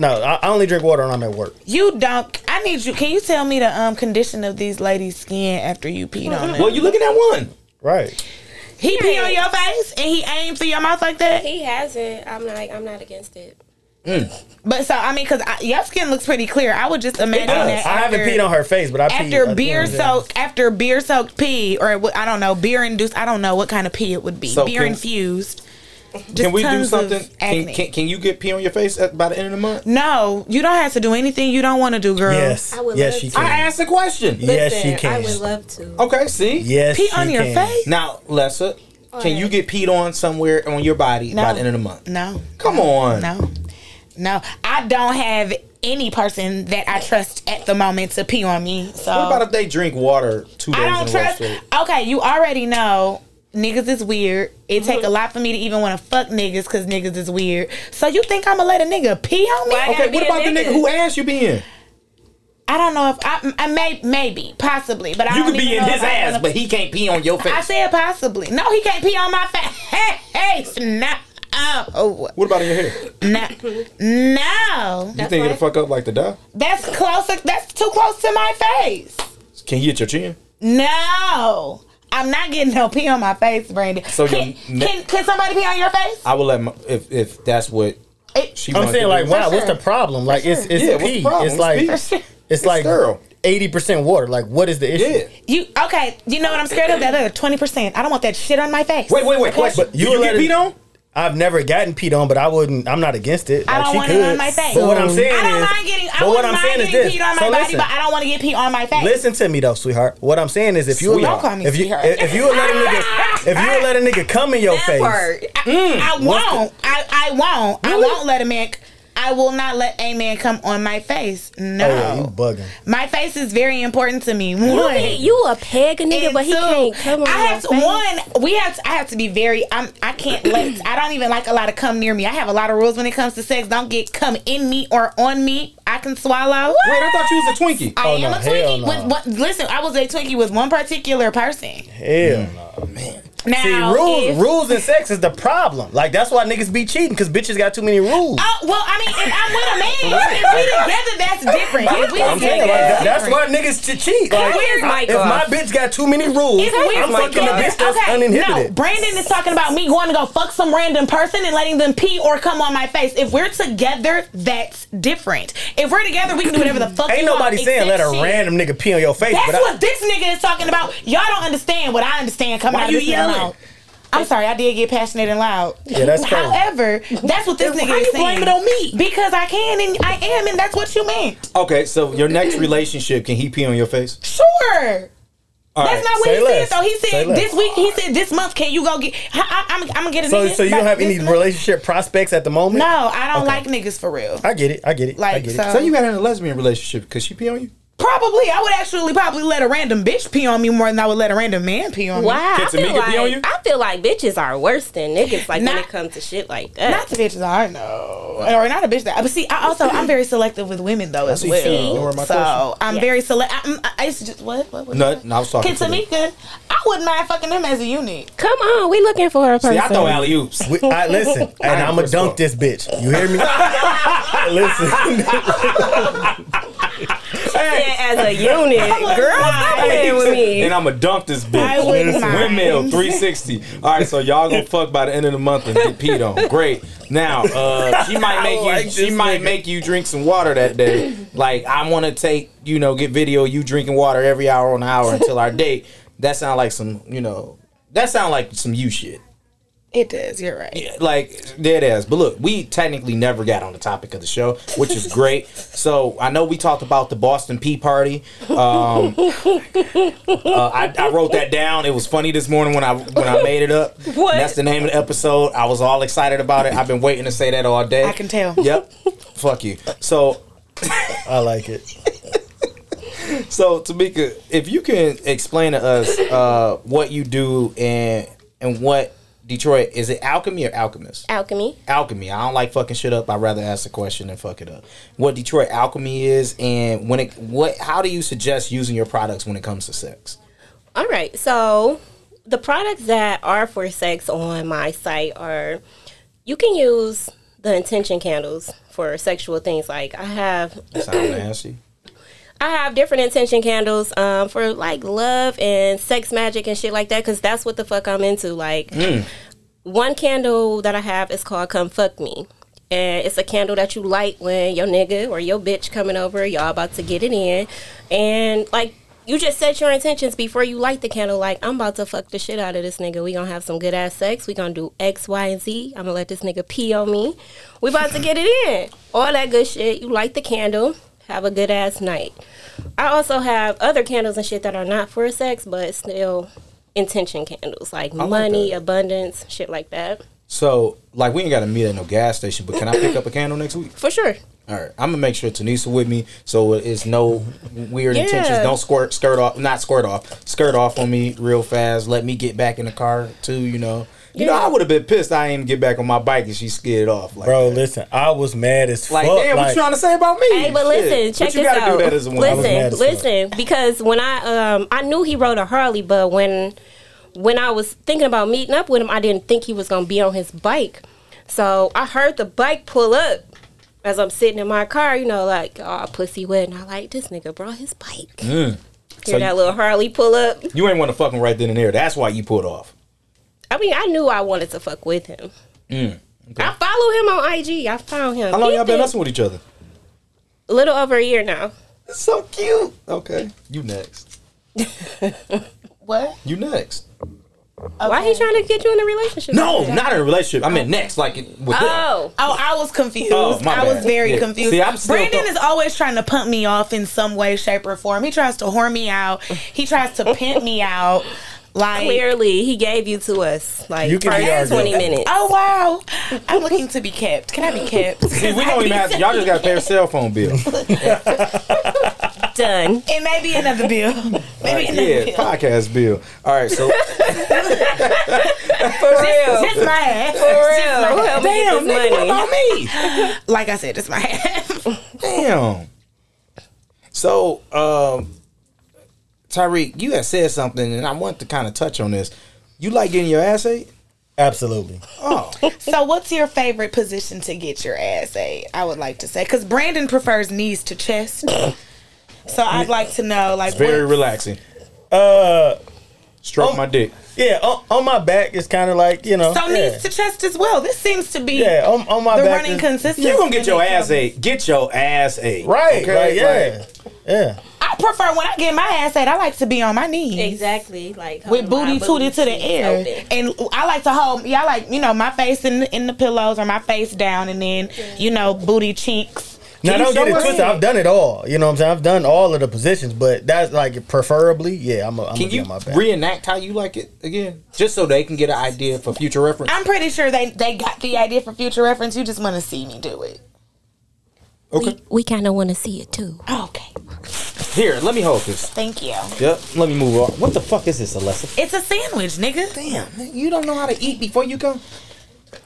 Speaker 5: No, I, I only drink water when I'm at work.
Speaker 3: You don't. I need you. Can you tell me the um condition of these ladies' skin after you peed on them?
Speaker 2: Well, you looking at one?
Speaker 5: Right.
Speaker 3: He peed on your face and he aimed for your mouth like that.
Speaker 4: He hasn't. I'm like, I'm not against it.
Speaker 3: But so I mean, because your skin looks pretty clear. I would just imagine
Speaker 5: I,
Speaker 3: that.
Speaker 5: I haven't
Speaker 3: after-
Speaker 5: peed on her face, but I peed.
Speaker 3: After
Speaker 5: I-
Speaker 3: beer
Speaker 5: you know what I'm saying?
Speaker 3: soaked, after beer soaked pee, or what- I don't know, beer induced, I don't know what kind of pee it would be.
Speaker 2: So
Speaker 3: beer
Speaker 2: can-
Speaker 3: infused.
Speaker 2: Can we do
Speaker 3: tons of
Speaker 2: something? Can,
Speaker 3: acne.
Speaker 2: can, can you get pee on your face at, by the end of the month?
Speaker 3: No, you don't have to do anything you don't want to do, girl.
Speaker 5: Yes.
Speaker 4: I would
Speaker 5: yes,
Speaker 4: love
Speaker 5: she
Speaker 4: to.
Speaker 5: can.
Speaker 2: I asked a question.
Speaker 5: yes,
Speaker 4: Listen,
Speaker 5: she can.
Speaker 4: I would love to.
Speaker 2: Okay, see?
Speaker 5: yes,
Speaker 3: Pee
Speaker 5: she
Speaker 3: on your
Speaker 5: can.
Speaker 3: face?
Speaker 2: Now, Lessa, can you get peed on somewhere on your body
Speaker 3: No.
Speaker 2: by the end of the month?
Speaker 3: No.
Speaker 2: Come on.
Speaker 3: No, no, I don't have any person that I trust at the moment to pee on me. So
Speaker 2: What about if they drink water two days
Speaker 3: I don't
Speaker 2: in a row
Speaker 3: trust.
Speaker 2: straight?
Speaker 3: Okay, you already know niggas is weird. It take
Speaker 2: Mm-hmm.
Speaker 3: a lot for me to even want to fuck niggas because niggas is weird. So you think I'm gonna let a nigga pee on me?
Speaker 4: Why
Speaker 2: Okay,
Speaker 4: be
Speaker 2: what
Speaker 4: a
Speaker 2: about the
Speaker 4: nigga.
Speaker 2: nigga who asked you being?
Speaker 3: I don't know if I, I may maybe possibly, but I
Speaker 2: You
Speaker 3: don't
Speaker 2: could be
Speaker 3: even
Speaker 2: in
Speaker 3: know
Speaker 2: his
Speaker 3: if I
Speaker 2: ass,
Speaker 3: wanna-
Speaker 2: but he can't pee on your
Speaker 3: I
Speaker 2: face.
Speaker 3: said possibly. No, he can't pee on my face. *laughs* Hey, hey, no, oh,
Speaker 2: What about in your hair?
Speaker 4: *laughs*
Speaker 3: no, no.
Speaker 2: You
Speaker 4: That's
Speaker 2: think it'll
Speaker 4: right.
Speaker 2: fuck up like the dog?
Speaker 3: That's close. That's too close to my face.
Speaker 2: Can you hit your chin?
Speaker 3: No. I'm not getting no pee on my face, Brandon.
Speaker 2: So
Speaker 3: can,
Speaker 2: your ne-
Speaker 3: can, can somebody pee on your face?
Speaker 2: I would let my, if if that's what
Speaker 3: It-
Speaker 2: she
Speaker 5: I'm
Speaker 2: wanted
Speaker 5: saying
Speaker 2: to
Speaker 5: like,
Speaker 2: do.
Speaker 5: wow, what's the problem? Like, it's it's
Speaker 2: Yeah,
Speaker 5: a
Speaker 2: what's the
Speaker 5: pee.
Speaker 2: problem?
Speaker 5: It's
Speaker 2: It's
Speaker 5: like
Speaker 2: pee.
Speaker 5: it's,
Speaker 2: It's
Speaker 5: like
Speaker 2: sterile.
Speaker 5: eighty percent water. Like, what is the issue?
Speaker 2: Yeah.
Speaker 3: You okay? You know what I'm scared of? That other twenty percent. I don't want that shit on my face.
Speaker 2: Wait, wait, wait.
Speaker 3: Question.
Speaker 2: But you, you
Speaker 5: let
Speaker 2: get
Speaker 5: it-
Speaker 2: peed on?
Speaker 5: I've never gotten peed on, but I wouldn't. I'm not against it.
Speaker 3: I
Speaker 5: Like,
Speaker 3: don't
Speaker 5: she
Speaker 3: want
Speaker 5: could.
Speaker 3: it on my face.
Speaker 5: But what I'm saying
Speaker 3: I don't
Speaker 5: is,
Speaker 3: mind getting. I
Speaker 5: but what
Speaker 3: wouldn't
Speaker 5: I'm
Speaker 3: mind
Speaker 5: saying is
Speaker 3: getting
Speaker 5: this.
Speaker 3: peed on my
Speaker 5: so
Speaker 3: body,
Speaker 5: listen,
Speaker 3: but I don't want to get peed on my face.
Speaker 5: Listen to me though, sweetheart. What I'm saying is, if you
Speaker 2: Sweetheart. Don't
Speaker 5: allow,
Speaker 2: call
Speaker 3: me
Speaker 5: if you
Speaker 3: sweetheart.
Speaker 5: if, if you would let a *laughs* nigga if you would let a nigga come in your face,
Speaker 3: I,
Speaker 5: mm,
Speaker 3: I won't. I, I won't. I won't let a man. c- I will not let a man come on my face. No.
Speaker 5: oh yeah, you bugging.
Speaker 3: My face is very important to me. One.
Speaker 4: Really? You a peg nigga,
Speaker 3: And
Speaker 4: but he
Speaker 3: two,
Speaker 4: can't come on
Speaker 3: I
Speaker 4: your
Speaker 3: have to,
Speaker 4: face.
Speaker 3: one. We have. To, I have to be very. I'm. I can't let. I don't even like a lot of come near me. I have a lot of rules when it comes to sex. Don't get come in me or on me. I can swallow.
Speaker 2: Wait, I thought you was a Twinkie.
Speaker 3: I
Speaker 5: Oh,
Speaker 3: am
Speaker 5: no,
Speaker 3: a
Speaker 5: hell
Speaker 3: Twinkie
Speaker 5: no.
Speaker 3: with one. Listen, I was a Twinkie with one particular person.
Speaker 5: Hell
Speaker 2: Mm.
Speaker 5: no.
Speaker 3: Now,
Speaker 5: See, rules,
Speaker 3: if-
Speaker 5: rules and sex is the problem. Like that's why niggas be cheating because bitches got too many rules.
Speaker 3: Oh well, I mean, if I'm with a man, if we together, that's different. If we
Speaker 5: I'm saying,
Speaker 3: together,
Speaker 5: like,
Speaker 3: that's
Speaker 5: that- that's
Speaker 3: different.
Speaker 5: why niggas to cheat. Like,
Speaker 4: Where's Mike
Speaker 5: if my
Speaker 4: off?
Speaker 5: bitch got too many rules,
Speaker 3: If we
Speaker 5: I'm fucking a
Speaker 3: together,
Speaker 5: bitch that's
Speaker 3: okay, No,
Speaker 5: uninhibited.
Speaker 3: Brandon is talking about me going to go fuck some random person and letting them pee or come on my face. If we're together, that's different. If we're together, we can do whatever the fuck.
Speaker 5: *clears throat* Ain't
Speaker 3: we
Speaker 5: nobody
Speaker 3: want,
Speaker 5: saying let
Speaker 3: except
Speaker 5: a
Speaker 3: shit.
Speaker 5: random nigga pee on your face.
Speaker 3: That's
Speaker 5: but I-
Speaker 3: what this nigga is talking about. Y'all don't understand what I understand coming
Speaker 5: Why
Speaker 3: out of
Speaker 5: you
Speaker 3: this
Speaker 5: yelling?
Speaker 3: mouth. I'm sorry, I did get passionate and loud. *laughs*
Speaker 5: Yeah, that's crazy.
Speaker 3: However, that's what this
Speaker 4: Then
Speaker 3: nigga
Speaker 4: why
Speaker 3: is
Speaker 4: you
Speaker 3: saying.
Speaker 4: blame it on me?
Speaker 3: Because I can and I am, and that's what you meant.
Speaker 2: Okay, so your next relationship, can he pee on your face?
Speaker 3: Sure.
Speaker 2: All right,
Speaker 3: That's not what
Speaker 5: say
Speaker 3: he
Speaker 5: less.
Speaker 3: said. So he
Speaker 5: Say
Speaker 3: said
Speaker 5: less.
Speaker 3: this week. He said this month. Can you go get? I, I, I'm, I'm gonna get a
Speaker 5: so,
Speaker 3: nigga.
Speaker 5: so you
Speaker 3: like,
Speaker 5: don't have
Speaker 3: this
Speaker 5: any
Speaker 3: month.
Speaker 5: relationship prospects at the moment?
Speaker 3: No, I don't like niggas for real.
Speaker 5: I get it. I get it. I
Speaker 3: Like,
Speaker 5: get
Speaker 4: Oh.
Speaker 3: so-
Speaker 5: it.
Speaker 2: So you got in a lesbian relationship because she pee on you?
Speaker 3: Probably, I would actually probably let a random bitch pee on me more than I would let a random man pee on me.
Speaker 4: Wow, I
Speaker 2: Can
Speaker 4: feel,
Speaker 2: Tamika
Speaker 4: like,
Speaker 2: pee on you?
Speaker 4: I feel like bitches are worse than niggas. Like when
Speaker 3: Not-
Speaker 4: it comes to shit like
Speaker 3: Not
Speaker 4: that.
Speaker 3: the bitches I know, or not a bitch that. But see, I also I'm very selective with women though as
Speaker 2: see,
Speaker 3: well.
Speaker 2: see, you were my
Speaker 3: so
Speaker 2: question.
Speaker 3: I'm
Speaker 4: Yeah.
Speaker 3: very select. I'm- I, I used to just what? what, what
Speaker 2: No, no, I was talking
Speaker 3: Can
Speaker 2: to them.
Speaker 3: Tamika? I wouldn't mind fucking them as a unit.
Speaker 4: Come on, we looking for a person.
Speaker 2: See, I throw alley oops.
Speaker 5: We, I, listen,
Speaker 3: *laughs*
Speaker 5: and I'm gonna
Speaker 2: Crystal.
Speaker 5: dunk this bitch. You hear me? listen,
Speaker 4: Yeah, as a unit, girl, stop playing with me.
Speaker 2: And I'ma dump this
Speaker 3: I
Speaker 2: bitch.
Speaker 3: wouldn't mind.
Speaker 2: Windmill 360. All right, so y'all gonna fuck by the end of the month and get peed on. Great. Now, uh,
Speaker 4: *laughs*
Speaker 2: she might make you
Speaker 5: like
Speaker 2: she
Speaker 5: this
Speaker 2: might
Speaker 5: nigga.
Speaker 2: make you drink some water that day. Like I want to take you know get video you drinking water every hour on the hour until our date. That sound like some you know that sound like some you shit.
Speaker 3: It does. You're right.
Speaker 2: like dead ass. But look, we technically never got on the topic of the show, which is great. so I know we talked about the Boston Pea Party. Um, uh, I, I wrote that down. It was funny this morning when I when I made it up.
Speaker 4: What?
Speaker 2: That's the name of the episode. I was all excited about it. I've been waiting to say that all day.
Speaker 3: I can tell.
Speaker 2: Yep. Fuck you. So
Speaker 5: I like it.
Speaker 2: so Tamika, if you can explain to us uh, what you do and and what Detroit is it alchemy or alchemist?
Speaker 4: Alchemy.
Speaker 2: alchemy. I don't like fucking shit up. I'd rather ask a question than fuck it up. What Detroit alchemy is, and when it what? How do you suggest using your products when it comes to sex?
Speaker 4: All right. So the products that are for sex on my site are you can use the intention candles for sexual things. Like I have
Speaker 2: Sound nasty.
Speaker 4: I have different intention candles um, for like love and sex magic and shit like that because that's what the fuck I'm into. Like one candle that I have is called "Come Fuck Me," and it's a candle that you light when your nigga or your bitch coming over, y'all about to get it in, and like you just set your intentions before you light the candle. Like I'm about to fuck the shit out of this nigga. We gonna have some good ass sex. We gonna do X, Y, and Z. I'm gonna let this nigga pee on me. We about to get it in. All that good shit. You light the candle. Have a good ass night. I also have other candles and shit that are not for sex, but still intention candles like money,
Speaker 2: that.
Speaker 4: abundance, shit like that.
Speaker 2: So like we ain't got to meet at no gas station, but can I pick up a candle next week?
Speaker 4: For sure.
Speaker 2: All right, I'm gonna make sure Tanisha with me, so it's no weird
Speaker 4: Yeah.
Speaker 2: intentions. Don't squirt, skirt off, not squirt off, skirt off on me real fast. Let me get back in the car too. You know, you know,
Speaker 4: Yeah.
Speaker 2: I would have been pissed. I ain't get back on my bike and she skidded off. Like,
Speaker 5: Bro, listen, I was mad as
Speaker 2: like
Speaker 5: fuck.
Speaker 2: damn, what you trying to say about me?
Speaker 4: Hey, but
Speaker 2: Shit.
Speaker 4: listen, check
Speaker 2: but you
Speaker 4: this
Speaker 2: gotta
Speaker 4: out.
Speaker 2: do that as a woman.
Speaker 5: was mad as
Speaker 4: listen, listen, because when I um I knew he rode a Harley, but when when I was thinking about meeting up with him, I didn't think he was gonna be on his bike. So I heard the bike pull up as I'm sitting in my car, you know, like oh pussy wet, and I like this nigga brought his bike. Hear
Speaker 2: Mm. So
Speaker 4: that
Speaker 2: you-
Speaker 4: little Harley pull up?
Speaker 2: You ain't want to fuck him right then and there. That's why you pulled off.
Speaker 4: I mean, I knew I wanted to fuck with him. I follow him on IG. I found him.
Speaker 2: Mm, How long
Speaker 4: He
Speaker 2: y'all been
Speaker 4: did-
Speaker 2: messing with each other?
Speaker 4: A little over a year now.
Speaker 2: It's so cute. Okay, you next.
Speaker 3: What?
Speaker 2: You next.
Speaker 4: Why he trying to get you in a relationship?
Speaker 2: No, not in a relationship. I meant next, like it- with
Speaker 4: Oh,
Speaker 3: Oh, I was confused.
Speaker 2: Oh, my
Speaker 3: I was
Speaker 2: bad.
Speaker 3: very
Speaker 2: Yeah.
Speaker 3: confused.
Speaker 2: See, I'm still
Speaker 3: Brandon
Speaker 2: thought-
Speaker 3: is always trying to pump me off in some way, shape, or form. He tries to whore me out. He tries to pimp me out. Like,
Speaker 4: clearly he gave you to us like
Speaker 5: You can be our
Speaker 4: first twenty
Speaker 5: girl.
Speaker 4: minutes.
Speaker 3: oh wow, I'm looking to be kept. Can I be kept?
Speaker 2: *laughs* See, we don't even
Speaker 3: *laughs*
Speaker 2: have to. Y'all just gotta pay a cell phone
Speaker 4: *laughs*
Speaker 2: bill.
Speaker 4: Done.
Speaker 3: It may be another
Speaker 2: *laughs*
Speaker 3: bill. Maybe another
Speaker 2: yeah,
Speaker 3: bill.
Speaker 2: podcast bill. All right, so
Speaker 4: *laughs* For real.
Speaker 3: That's my ass.
Speaker 4: For real. Who helped me get this
Speaker 2: nigga, what
Speaker 4: *laughs* money?
Speaker 2: about me?
Speaker 3: Like I said, it's my ass.
Speaker 2: Damn. So, um, Tyreek, you had said something, and I want to kind of touch on this. You like getting your ass ate?
Speaker 5: Absolutely.
Speaker 2: Oh,
Speaker 3: *laughs* So, what's your favorite position to get your ass ate? I would like to say because Brandon prefers knees
Speaker 2: *coughs*
Speaker 3: to chest. So I'd like to know, like,
Speaker 2: very
Speaker 3: what-
Speaker 2: relaxing.
Speaker 5: Uh,
Speaker 2: Stroke
Speaker 5: Oh.
Speaker 2: my dick.
Speaker 5: yeah. On, on my back, it's kind of like you know.
Speaker 3: so
Speaker 5: yeah.
Speaker 3: knees to chest as well. This seems to be
Speaker 5: Yeah, on, on my
Speaker 3: the
Speaker 5: back.
Speaker 3: running
Speaker 5: is-
Speaker 3: consistency.
Speaker 2: You gonna get your
Speaker 3: when it
Speaker 2: ass
Speaker 3: comes-
Speaker 2: ate? Get your ass ate.
Speaker 5: Right.
Speaker 2: Okay.
Speaker 5: like, yeah. yeah.
Speaker 3: I prefer when I get my ass ate. I like to be on my knees.
Speaker 4: Exactly. Like
Speaker 3: With booty tooted to the air, and I like to hold. Yeah, I like you know my face in in the pillows or my face down, and then you know booty cheeks.
Speaker 5: Now
Speaker 2: Can you
Speaker 5: don't get
Speaker 2: show
Speaker 5: it
Speaker 2: us?
Speaker 5: twisted. I've done it all. You know what I'm saying? I've done all of the positions, but that's like preferably, yeah. I'm a, I'm
Speaker 2: Can
Speaker 5: gonna be
Speaker 2: you
Speaker 5: on my back.
Speaker 2: reenact how you like it again, just so they can get an idea for future reference?
Speaker 3: I'm pretty sure they they got the idea for future reference. You just want to see me do it.
Speaker 2: Okay.
Speaker 4: we kind of want to see it too.
Speaker 3: Okay,
Speaker 2: Here, let me hold this.
Speaker 3: thank you.
Speaker 2: Yep. Let me move on. What the fuck is this, Alessa?
Speaker 3: It's a sandwich, nigga.
Speaker 2: Damn, man, you don't know how to eat before you come.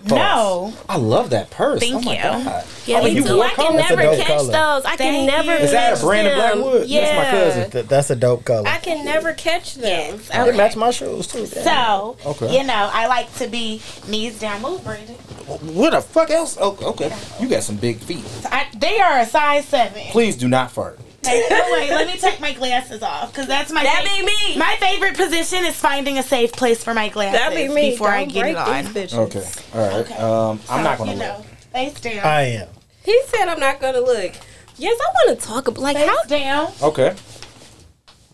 Speaker 3: No.
Speaker 2: I love that purse.
Speaker 3: Thank
Speaker 2: oh my
Speaker 3: you.
Speaker 2: God.
Speaker 4: Yeah,
Speaker 2: Oh,
Speaker 4: me
Speaker 2: you
Speaker 4: too.
Speaker 2: wore
Speaker 4: I can
Speaker 2: colors?
Speaker 5: That's a
Speaker 4: never
Speaker 5: dope
Speaker 4: catch
Speaker 5: color.
Speaker 4: those. I
Speaker 3: Thank
Speaker 4: can never.
Speaker 3: you. Is
Speaker 2: that a
Speaker 4: catch
Speaker 2: brand of
Speaker 4: them.
Speaker 2: Blackwood?
Speaker 4: Yeah.
Speaker 2: That's my cousin.
Speaker 5: Th- that's a dope color.
Speaker 4: I can never catch them.
Speaker 3: Yes.
Speaker 5: They
Speaker 3: Okay.
Speaker 5: match my shoes too. damn.
Speaker 3: So
Speaker 2: Okay.
Speaker 3: you know, I like to be knees down. Move, Brandon.
Speaker 2: What the fuck else? Oh, okay. You got some big feet.
Speaker 3: I, they are a size seven.
Speaker 2: Please do not fart.
Speaker 3: Wait, no, wait, let me take my glasses off because that's my
Speaker 4: That
Speaker 3: fa-
Speaker 4: be me.
Speaker 3: My favorite position is finding a safe place for my glasses
Speaker 4: That be me.
Speaker 3: before I
Speaker 4: Don't
Speaker 3: get it on.
Speaker 4: break these bitches.
Speaker 2: Okay. All right.
Speaker 3: Okay.
Speaker 2: Um, I'm not gonna
Speaker 3: you
Speaker 2: look.
Speaker 3: know, face down.
Speaker 5: I am.
Speaker 4: He said I'm not gonna look. Yes, I want to talk. ab- Like
Speaker 3: Face
Speaker 4: how?
Speaker 3: down.
Speaker 2: Okay.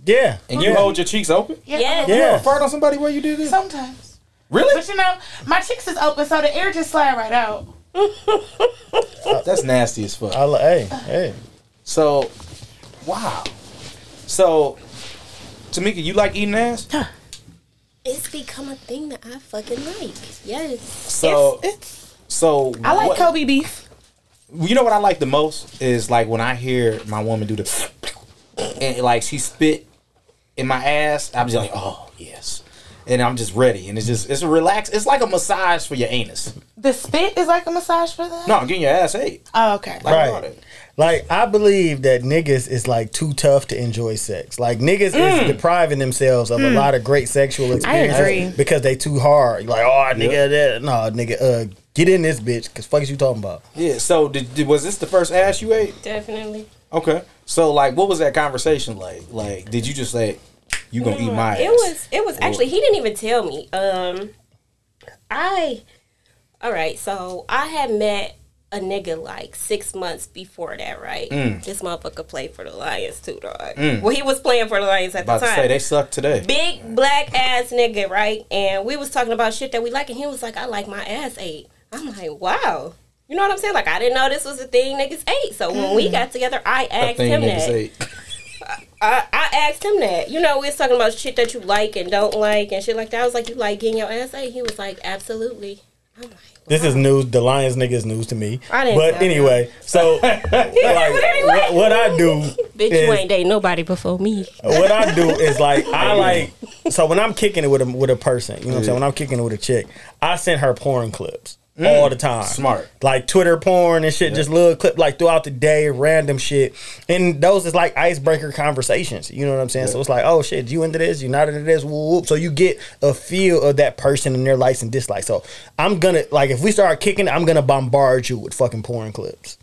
Speaker 5: Yeah.
Speaker 2: And you
Speaker 5: yeah.
Speaker 2: hold your cheeks open?
Speaker 3: Yeah.
Speaker 4: Yes.
Speaker 5: Yeah.
Speaker 2: Fart on somebody while you do this?
Speaker 3: Sometimes.
Speaker 2: Really?
Speaker 3: But you know, my cheeks is open, so the air just slide right out.
Speaker 2: That's nasty as fuck.
Speaker 5: I li- hey, hey.
Speaker 2: So, wow. So, Tamika, you like eating ass?
Speaker 4: It's become a thing that I fucking like. Yes.
Speaker 2: So,
Speaker 3: it's, it's,
Speaker 2: so
Speaker 3: I like
Speaker 2: what-
Speaker 3: Kobe beef.
Speaker 2: You know what I like the most is like when I hear my woman do the and like she spit in my ass. I'm just like, oh yes, and I'm just ready. And it's just it's a relax. It's like a massage for your anus.
Speaker 3: The spit is like a massage for that.
Speaker 2: No, I'm getting your ass ate.
Speaker 3: Oh, okay.
Speaker 2: Like,
Speaker 5: Right.
Speaker 2: all that.
Speaker 5: Like I believe that niggas is like too tough to enjoy sex. Like niggas
Speaker 4: Mm.
Speaker 5: is depriving themselves of a lot of great sexual experiences
Speaker 3: agree.
Speaker 5: because they too hard. You're like, oh nigga,
Speaker 2: Yeah.
Speaker 5: that no nigga, uh, get in this bitch. Cause fuck is you talking about?
Speaker 2: Yeah. So did, did was this the first ass you ate?
Speaker 4: Definitely.
Speaker 2: Okay. So like, what was that conversation like? Like, did you just say you gonna eat my ass?
Speaker 4: It was it was actually he didn't even tell me. Um I all right, so I had met a nigga like six months before that, right?
Speaker 2: Mm.
Speaker 4: This motherfucker played for the Lions too, dog. Well he was playing for the Lions at
Speaker 2: about
Speaker 4: the
Speaker 2: to
Speaker 4: time.
Speaker 2: say they suck today.
Speaker 4: Big black ass nigga, right? And we was talking about shit that we like and he was like, I like my ass ate. I'm like, Wow. You know what I'm saying? Like I didn't know this was a thing niggas ate. So when we got together, I
Speaker 2: That
Speaker 4: asked
Speaker 2: Mm. thing
Speaker 4: him
Speaker 2: niggas
Speaker 4: that.
Speaker 2: ate.
Speaker 4: I, I asked him that. You know, we was talking about shit that you like and don't like and shit like that. I was like, you like getting your ass ate? He was like, absolutely. I'm like,
Speaker 5: This is news. The Lions nigga is news to me.
Speaker 4: I didn't
Speaker 5: but
Speaker 4: tell *laughs* you.
Speaker 5: anyway, so like,
Speaker 4: but anyway.
Speaker 5: what, what I do,
Speaker 4: bitch, you
Speaker 5: is-
Speaker 4: ain't dating nobody before me.
Speaker 5: what I do is like I like. So when I'm kicking it with a with a person, you know what I'm saying. When I'm kicking it with a chick, I send her porn clips all the time.
Speaker 2: Smart.
Speaker 5: like Twitter porn and shit, just little clip like throughout the day, random shit. And those is like icebreaker conversations. You know what I'm saying? So it's like, oh shit, you into this? You not into this? Whoop, whoop. So you get a feel of that person and their likes and dislikes. So I'm gonna like if we start kicking, I'm gonna bombard you with fucking porn clips.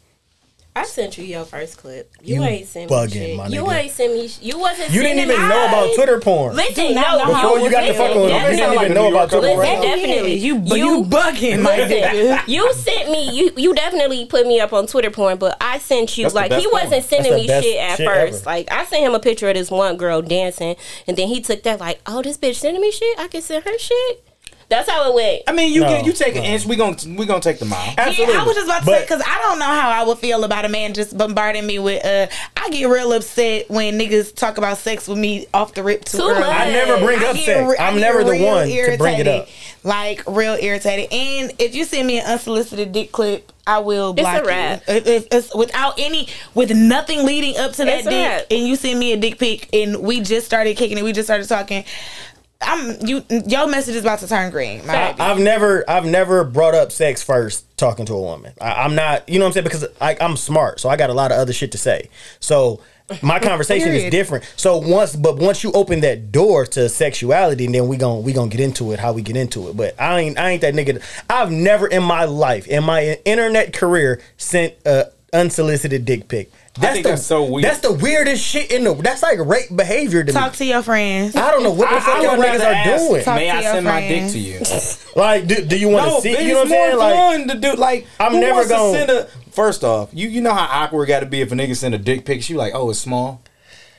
Speaker 4: I sent you your first clip. You,
Speaker 5: You
Speaker 4: ain't sent
Speaker 5: bugging,
Speaker 4: me shit.
Speaker 5: my
Speaker 4: You
Speaker 5: nigga.
Speaker 4: ain't sent me. sh- You wasn't.
Speaker 5: You didn't
Speaker 4: sending
Speaker 5: even know
Speaker 4: mine.
Speaker 5: about Twitter porn.
Speaker 4: Listen,
Speaker 3: Do not
Speaker 4: no,
Speaker 3: know how
Speaker 5: Before you got the
Speaker 4: listen,
Speaker 5: fucking with him, you
Speaker 4: definitely-
Speaker 5: didn't even know about Twitter
Speaker 4: Listen,
Speaker 5: porn.
Speaker 4: definitely.
Speaker 3: You, you, you bugging, my
Speaker 4: Listen,
Speaker 3: nigga.
Speaker 4: you sent me. You you definitely put me up on Twitter porn, but I sent you
Speaker 2: That's the
Speaker 4: like he
Speaker 2: best
Speaker 4: wasn't
Speaker 2: porn.
Speaker 4: sending
Speaker 5: That's
Speaker 4: me
Speaker 5: the best
Speaker 4: shit at
Speaker 5: shit
Speaker 4: first.
Speaker 5: ever.
Speaker 4: Like I sent him a picture of this one girl dancing, and then he took that like, oh, this bitch sending me shit. I can send her shit. That's how it went.
Speaker 2: I mean, you
Speaker 5: No,
Speaker 2: get, you take an
Speaker 5: no.
Speaker 2: inch, we gonna we gonna take the mile.
Speaker 5: Absolutely.
Speaker 3: Yeah, I was just about to say
Speaker 5: But-
Speaker 3: because I don't know how I would feel about a man just bombarding me with. uh I get real upset when niggas talk about sex with me off the rip too,
Speaker 4: Too
Speaker 3: early.
Speaker 4: much.
Speaker 5: I never bring up
Speaker 3: get
Speaker 5: sex.
Speaker 3: re- I
Speaker 5: I'm
Speaker 3: get
Speaker 5: never the
Speaker 3: real
Speaker 5: one to bring
Speaker 3: irritated,
Speaker 5: it up.
Speaker 3: Like real irritated. And if you send me an unsolicited dick clip, I will block
Speaker 4: a wrap.
Speaker 3: you. If- if- it's without any, with nothing leading up to that
Speaker 4: It's a
Speaker 3: dick,
Speaker 4: wrap.
Speaker 3: and you send me a dick pic, and we just started kicking it, we just started talking. I'm you. Your message is about to turn green. My
Speaker 4: Fact.
Speaker 3: baby.
Speaker 5: I've never I've never brought up sex first talking to a woman. I, I'm not you know what I'm saying because I, I'm smart, so I got a lot of other shit to say. So
Speaker 3: *laughs*
Speaker 5: my conversation is
Speaker 3: Period.
Speaker 5: different. So once but once you open that door to sexuality, then we gon' we gonna get into it how we get into it. But I ain't I ain't that nigga. I've never in my life in my internet career sent a unsolicited dick pic. That's
Speaker 2: think that's so weird.
Speaker 5: That's the weirdest shit in the. That's like rape behavior to
Speaker 3: Talk
Speaker 5: me.
Speaker 3: to your friends.
Speaker 5: I don't know what the fuck y'all
Speaker 2: would
Speaker 5: niggas
Speaker 2: rather ask,
Speaker 5: are doing.
Speaker 3: Talk
Speaker 2: May
Speaker 3: to
Speaker 2: I
Speaker 3: your
Speaker 2: send my dick
Speaker 3: friend.
Speaker 2: to *laughs* you?
Speaker 5: Like, do, do you want to
Speaker 2: no,
Speaker 5: see?
Speaker 2: but
Speaker 5: You know what
Speaker 2: it's
Speaker 5: I'm
Speaker 2: more
Speaker 5: saying? Like,
Speaker 2: fun to do. Like,
Speaker 5: I'm
Speaker 2: who
Speaker 5: never
Speaker 2: wants to
Speaker 5: gonna-
Speaker 2: send a. First off, you you know how awkward got to be if a nigga send a dick pic. She like, oh, it's small,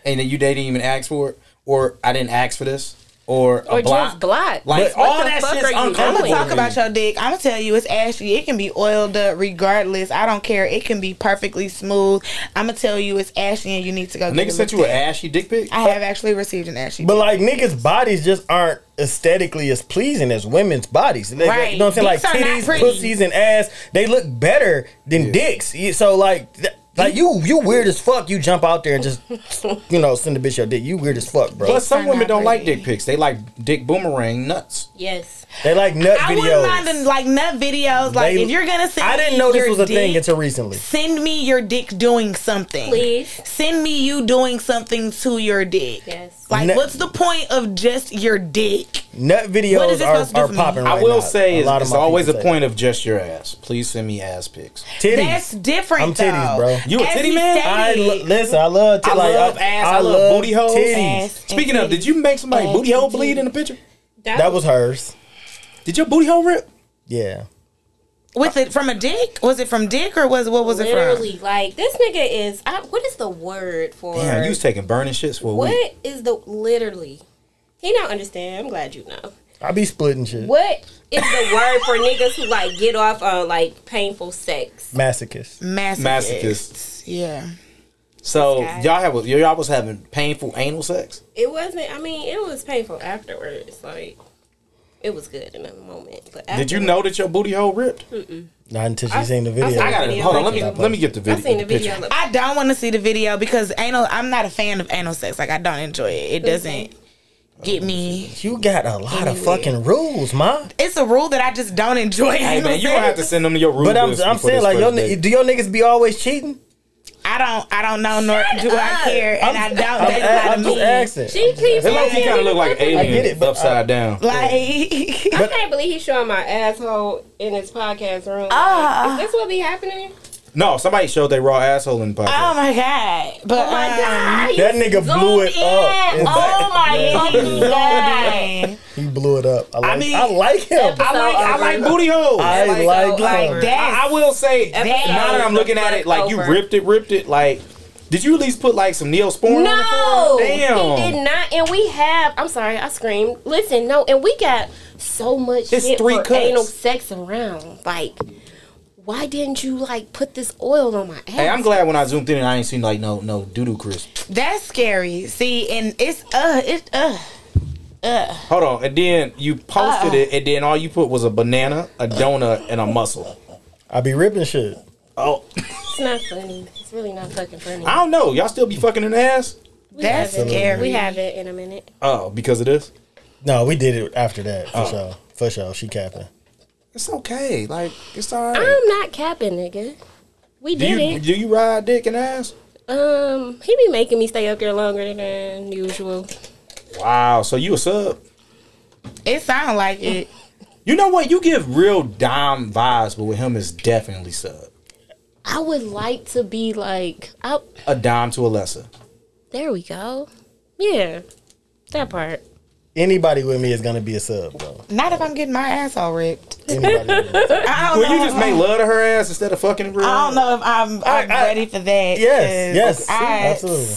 Speaker 2: and then you they didn't even ask for it, or I didn't ask for this, or a
Speaker 4: Or
Speaker 2: block.
Speaker 4: just block.
Speaker 2: Like
Speaker 5: But
Speaker 2: all
Speaker 4: what the
Speaker 2: that
Speaker 4: fuck
Speaker 2: shit's
Speaker 4: are you
Speaker 3: I'm
Speaker 2: uncomfortable.
Speaker 3: gonna
Speaker 4: doing?
Speaker 2: to
Speaker 3: talk
Speaker 2: me.
Speaker 3: about your dick. I'm gonna tell you, it's ashy. It can be oiled up, regardless. I don't care. It can be perfectly smooth. I'm gonna tell you, it's ashy, and you need to go. get
Speaker 2: Nigga
Speaker 3: it
Speaker 2: sent you
Speaker 3: looked
Speaker 2: an
Speaker 3: at.
Speaker 2: ashy dick pic.
Speaker 3: I have actually received an ashy.
Speaker 5: But
Speaker 3: dick.
Speaker 5: like niggas' bodies just aren't aesthetically as pleasing as women's bodies. They-
Speaker 3: Right.
Speaker 5: You know what I'm saying?
Speaker 3: Dicks
Speaker 5: like
Speaker 3: are not
Speaker 5: titties,
Speaker 3: pretty.
Speaker 5: pussies, and ass, they look better than dicks. You- So like, th- like you, you weird as fuck. You jump out there and just, *laughs* you know, send a bitch your dick. You weird as fuck, bro.
Speaker 2: But some
Speaker 3: are
Speaker 2: women
Speaker 3: not
Speaker 2: don't like
Speaker 3: pretty.
Speaker 2: dick pics. They like dick boomerang nuts.
Speaker 4: Yes,
Speaker 5: They like nut
Speaker 3: I wouldn't mind
Speaker 5: videos.
Speaker 3: them, like nut videos. Like
Speaker 5: They-
Speaker 3: if you're gonna send,
Speaker 5: I didn't
Speaker 3: me
Speaker 5: know this
Speaker 3: your
Speaker 5: was a
Speaker 3: dick,
Speaker 5: thing until recently.
Speaker 3: Send me your dick doing something.
Speaker 4: Please.
Speaker 3: Send me you doing something to your dick.
Speaker 4: yes.
Speaker 3: Like,
Speaker 5: Nut-
Speaker 3: what's the point of just your dick?
Speaker 5: Nut
Speaker 3: What is
Speaker 5: videos
Speaker 3: it
Speaker 5: are,
Speaker 3: supposed to do
Speaker 5: are
Speaker 3: for me?
Speaker 5: popping. Right
Speaker 2: I will
Speaker 5: now.
Speaker 2: say
Speaker 5: A
Speaker 2: it's,
Speaker 5: lot of
Speaker 2: it's
Speaker 5: my
Speaker 2: always a
Speaker 5: people say
Speaker 2: point of just your ass. Please send me ass pics.
Speaker 5: titties.
Speaker 3: That's different.
Speaker 5: I'm titties,
Speaker 3: though.
Speaker 5: bro.
Speaker 2: You a
Speaker 3: As
Speaker 2: titty
Speaker 3: he
Speaker 2: man?
Speaker 5: I
Speaker 3: stated-
Speaker 5: lo- listen. I love. T-
Speaker 2: I
Speaker 5: like,
Speaker 2: love ass. I, love, booty holes.
Speaker 5: titties.
Speaker 3: Ass and
Speaker 2: Speaking of,
Speaker 3: titties.
Speaker 2: did you make somebody
Speaker 3: Ass
Speaker 2: booty
Speaker 3: and
Speaker 2: hole bleed
Speaker 3: titties.
Speaker 2: in the picture?
Speaker 5: That was hers.
Speaker 2: Did your booty hole rip?
Speaker 5: Yeah.
Speaker 3: With it from a dick? Was it from dick or was what was it
Speaker 4: literally
Speaker 3: from?
Speaker 4: like this nigga is. I, what is the word for?
Speaker 2: Damn, you was taking burning shits for a week.
Speaker 4: What is the literally? He don't understand. I'm glad you know.
Speaker 5: I be splitting shit.
Speaker 4: What is the word for niggas who like get off on like painful sex?
Speaker 5: Masochist.
Speaker 3: Masochist.
Speaker 2: Masochist.
Speaker 3: Yeah.
Speaker 2: So
Speaker 4: This guy.
Speaker 2: y'all have y'all was having painful anal sex.
Speaker 4: It wasn't. I mean, it was painful afterwards. Like it was good in the moment, but afterwards,
Speaker 2: Did you know that your booty hole ripped?
Speaker 5: Not until
Speaker 4: I-
Speaker 5: she seen the video.
Speaker 2: I got it.
Speaker 4: Yeah,
Speaker 2: Hold on,
Speaker 4: I
Speaker 2: let me
Speaker 4: can-
Speaker 2: let me get the
Speaker 4: I
Speaker 2: video.
Speaker 4: seen the
Speaker 2: picture.
Speaker 4: video. Look,
Speaker 3: I don't want to see the video because anal I'm not a fan of anal sex. Like I don't enjoy it. It doesn't get me.
Speaker 5: You got a lot of fucking rules, ma.
Speaker 3: It's a rule that I just don't enjoy.
Speaker 2: Hey
Speaker 3: anal
Speaker 2: man, you gonna have to
Speaker 3: sex.
Speaker 2: send them to your room.
Speaker 5: But I'm, I'm saying like, yo, ni- do your niggas be always cheating?
Speaker 3: I don't I don't know nor do
Speaker 4: up.
Speaker 3: I care and I
Speaker 5: I'm-
Speaker 3: don't
Speaker 5: I'm,
Speaker 3: that's not
Speaker 5: I'm
Speaker 3: a
Speaker 5: just
Speaker 3: me.
Speaker 5: asking.
Speaker 4: *laughs* she keeps.
Speaker 2: it like he kind of look like an
Speaker 4: I
Speaker 2: alien
Speaker 5: get it, but, uh,
Speaker 2: upside down.
Speaker 3: Like *laughs*
Speaker 4: I can't believe he's showing my asshole in his podcast room.
Speaker 3: Ah.
Speaker 4: Like, is this what be happening?
Speaker 2: No, somebody showed their raw asshole in the
Speaker 3: Oh
Speaker 2: podcast.
Speaker 3: my god. But
Speaker 4: Oh my
Speaker 3: um,
Speaker 4: god!
Speaker 5: That nigga blew it up.
Speaker 4: Oh my
Speaker 2: *laughs*
Speaker 4: god!
Speaker 3: God.
Speaker 5: *laughs* He blew it up. I like, I
Speaker 2: mean-
Speaker 5: like him.
Speaker 2: I like I like booty holes.
Speaker 5: I
Speaker 2: I,
Speaker 5: like,
Speaker 3: like
Speaker 5: him.
Speaker 3: that.
Speaker 2: I will say now
Speaker 4: Episode
Speaker 2: that I'm looking at it, like you
Speaker 4: over.
Speaker 2: ripped it, ripped it. Like, did you at least put like some neosporin?
Speaker 4: No,
Speaker 2: on the floor?
Speaker 4: he
Speaker 2: damn.
Speaker 4: did not. And we have. I'm sorry, I screamed. Listen, no, and we got so much
Speaker 2: It's
Speaker 4: shit
Speaker 2: three
Speaker 4: for
Speaker 2: cuts.
Speaker 4: anal sex around. Like, why didn't you like put this oil on my ass?
Speaker 2: Hey, I'm glad when I zoomed in and I ain't seen like no no doo doo crisp.
Speaker 3: That's scary. See, and it's uh it's uh
Speaker 2: Hold on, and then you posted it, and then all you put was a banana, a donut, and a muscle.
Speaker 5: I be ripping shit.
Speaker 2: Oh,
Speaker 4: It's not funny. It's really not fucking funny.
Speaker 2: I don't know. Y'all still be fucking in the ass?
Speaker 4: We
Speaker 3: that's
Speaker 4: have it.
Speaker 3: scary.
Speaker 4: We have it in a minute.
Speaker 2: Oh, because of this?
Speaker 5: No, we did it after that
Speaker 2: Oh.
Speaker 5: for sure. For sure, she capping.
Speaker 2: It's okay. Like it's all right.
Speaker 4: I'm not capping, nigga. We
Speaker 2: Do
Speaker 4: did
Speaker 2: you
Speaker 4: it.
Speaker 2: do you ride dick and ass?
Speaker 4: Um, he be making me stay up there longer than usual.
Speaker 2: Wow. So you a sub?
Speaker 3: it sound like it.
Speaker 2: You know what? You give real dime vibes, but with him it's definitely sub.
Speaker 4: I would like to be like, I,
Speaker 2: A dime to a lesser.
Speaker 4: there we go. Yeah, that part.
Speaker 5: Anybody with me is gonna be a sub, though.
Speaker 3: Not if I'm getting my asshole ripped.
Speaker 5: Anybody with me.
Speaker 3: I don't
Speaker 2: Well,
Speaker 3: know
Speaker 2: you just
Speaker 3: if
Speaker 2: make
Speaker 3: I'm-
Speaker 2: love to her ass instead of fucking her.
Speaker 3: I don't know if I'm, I'm
Speaker 5: I- I-
Speaker 3: ready for that.
Speaker 5: Yes,
Speaker 3: 'cause
Speaker 5: yes,
Speaker 3: I-
Speaker 5: absolutely.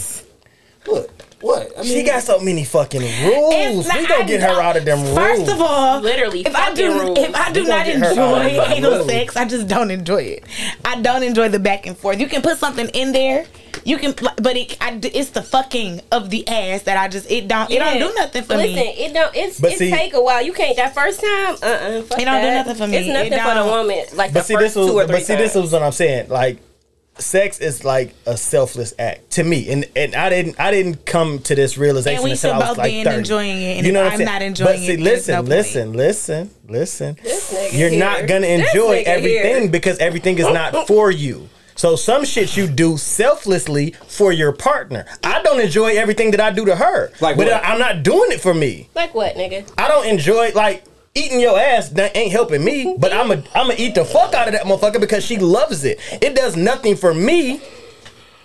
Speaker 2: What? What? I mean,
Speaker 5: She got so many fucking rules.
Speaker 3: It's not-
Speaker 5: we gonna
Speaker 3: I
Speaker 5: get her
Speaker 3: don't-
Speaker 5: out of them rules.
Speaker 3: First of all,
Speaker 4: Literally
Speaker 3: if I
Speaker 4: fucking
Speaker 3: do,
Speaker 4: rules.
Speaker 3: if I do
Speaker 5: We gonna
Speaker 3: not
Speaker 5: get her out of
Speaker 3: enjoy
Speaker 5: them
Speaker 3: anal
Speaker 5: rules.
Speaker 3: sex, I just don't enjoy it. I don't enjoy the back and forth. You can put something in there, you can, but it, I, it's the fucking of the ass that I just it don't it
Speaker 4: Yeah.
Speaker 3: don't do nothing for
Speaker 4: Listen,
Speaker 3: me.
Speaker 4: it don't. It's
Speaker 5: But
Speaker 4: it
Speaker 5: see-
Speaker 4: take a while. You can't that first time. Uh, uh It
Speaker 3: It don't do nothing for me.
Speaker 4: It's
Speaker 3: It
Speaker 4: nothing for the
Speaker 3: don't.
Speaker 4: woman. Like
Speaker 5: but
Speaker 4: the
Speaker 5: see,
Speaker 4: first
Speaker 5: this was,
Speaker 4: two or three
Speaker 5: but see, this
Speaker 4: times.
Speaker 5: was what I'm saying. Like, sex is like a selfless act to me, and and I didn't, I didn't come to this realization
Speaker 3: And we
Speaker 5: until
Speaker 3: should
Speaker 5: I was
Speaker 3: both
Speaker 5: like
Speaker 3: be
Speaker 5: 30.
Speaker 3: enjoying it, and
Speaker 5: you know
Speaker 3: if
Speaker 5: what I'm
Speaker 3: I'm
Speaker 5: saying?
Speaker 3: not
Speaker 5: but
Speaker 3: enjoying
Speaker 5: see,
Speaker 3: it, there's
Speaker 5: listen,
Speaker 3: no point.
Speaker 5: listen, listen, listen,
Speaker 4: nigga
Speaker 5: You're
Speaker 4: here.
Speaker 5: not gonna
Speaker 4: This
Speaker 5: enjoy
Speaker 4: nigga
Speaker 5: everything
Speaker 4: here.
Speaker 5: because everything is not for you. So some shit you do selflessly for your partner. I don't enjoy everything that I do to her,
Speaker 2: Like
Speaker 5: but
Speaker 2: what?
Speaker 5: I'm not doing it for me.
Speaker 4: like what, nigga?
Speaker 5: I don't enjoy like eating your ass that ain't helping me, but I'm a I'm a eat the fuck out of that motherfucker because she loves it. It does nothing for me,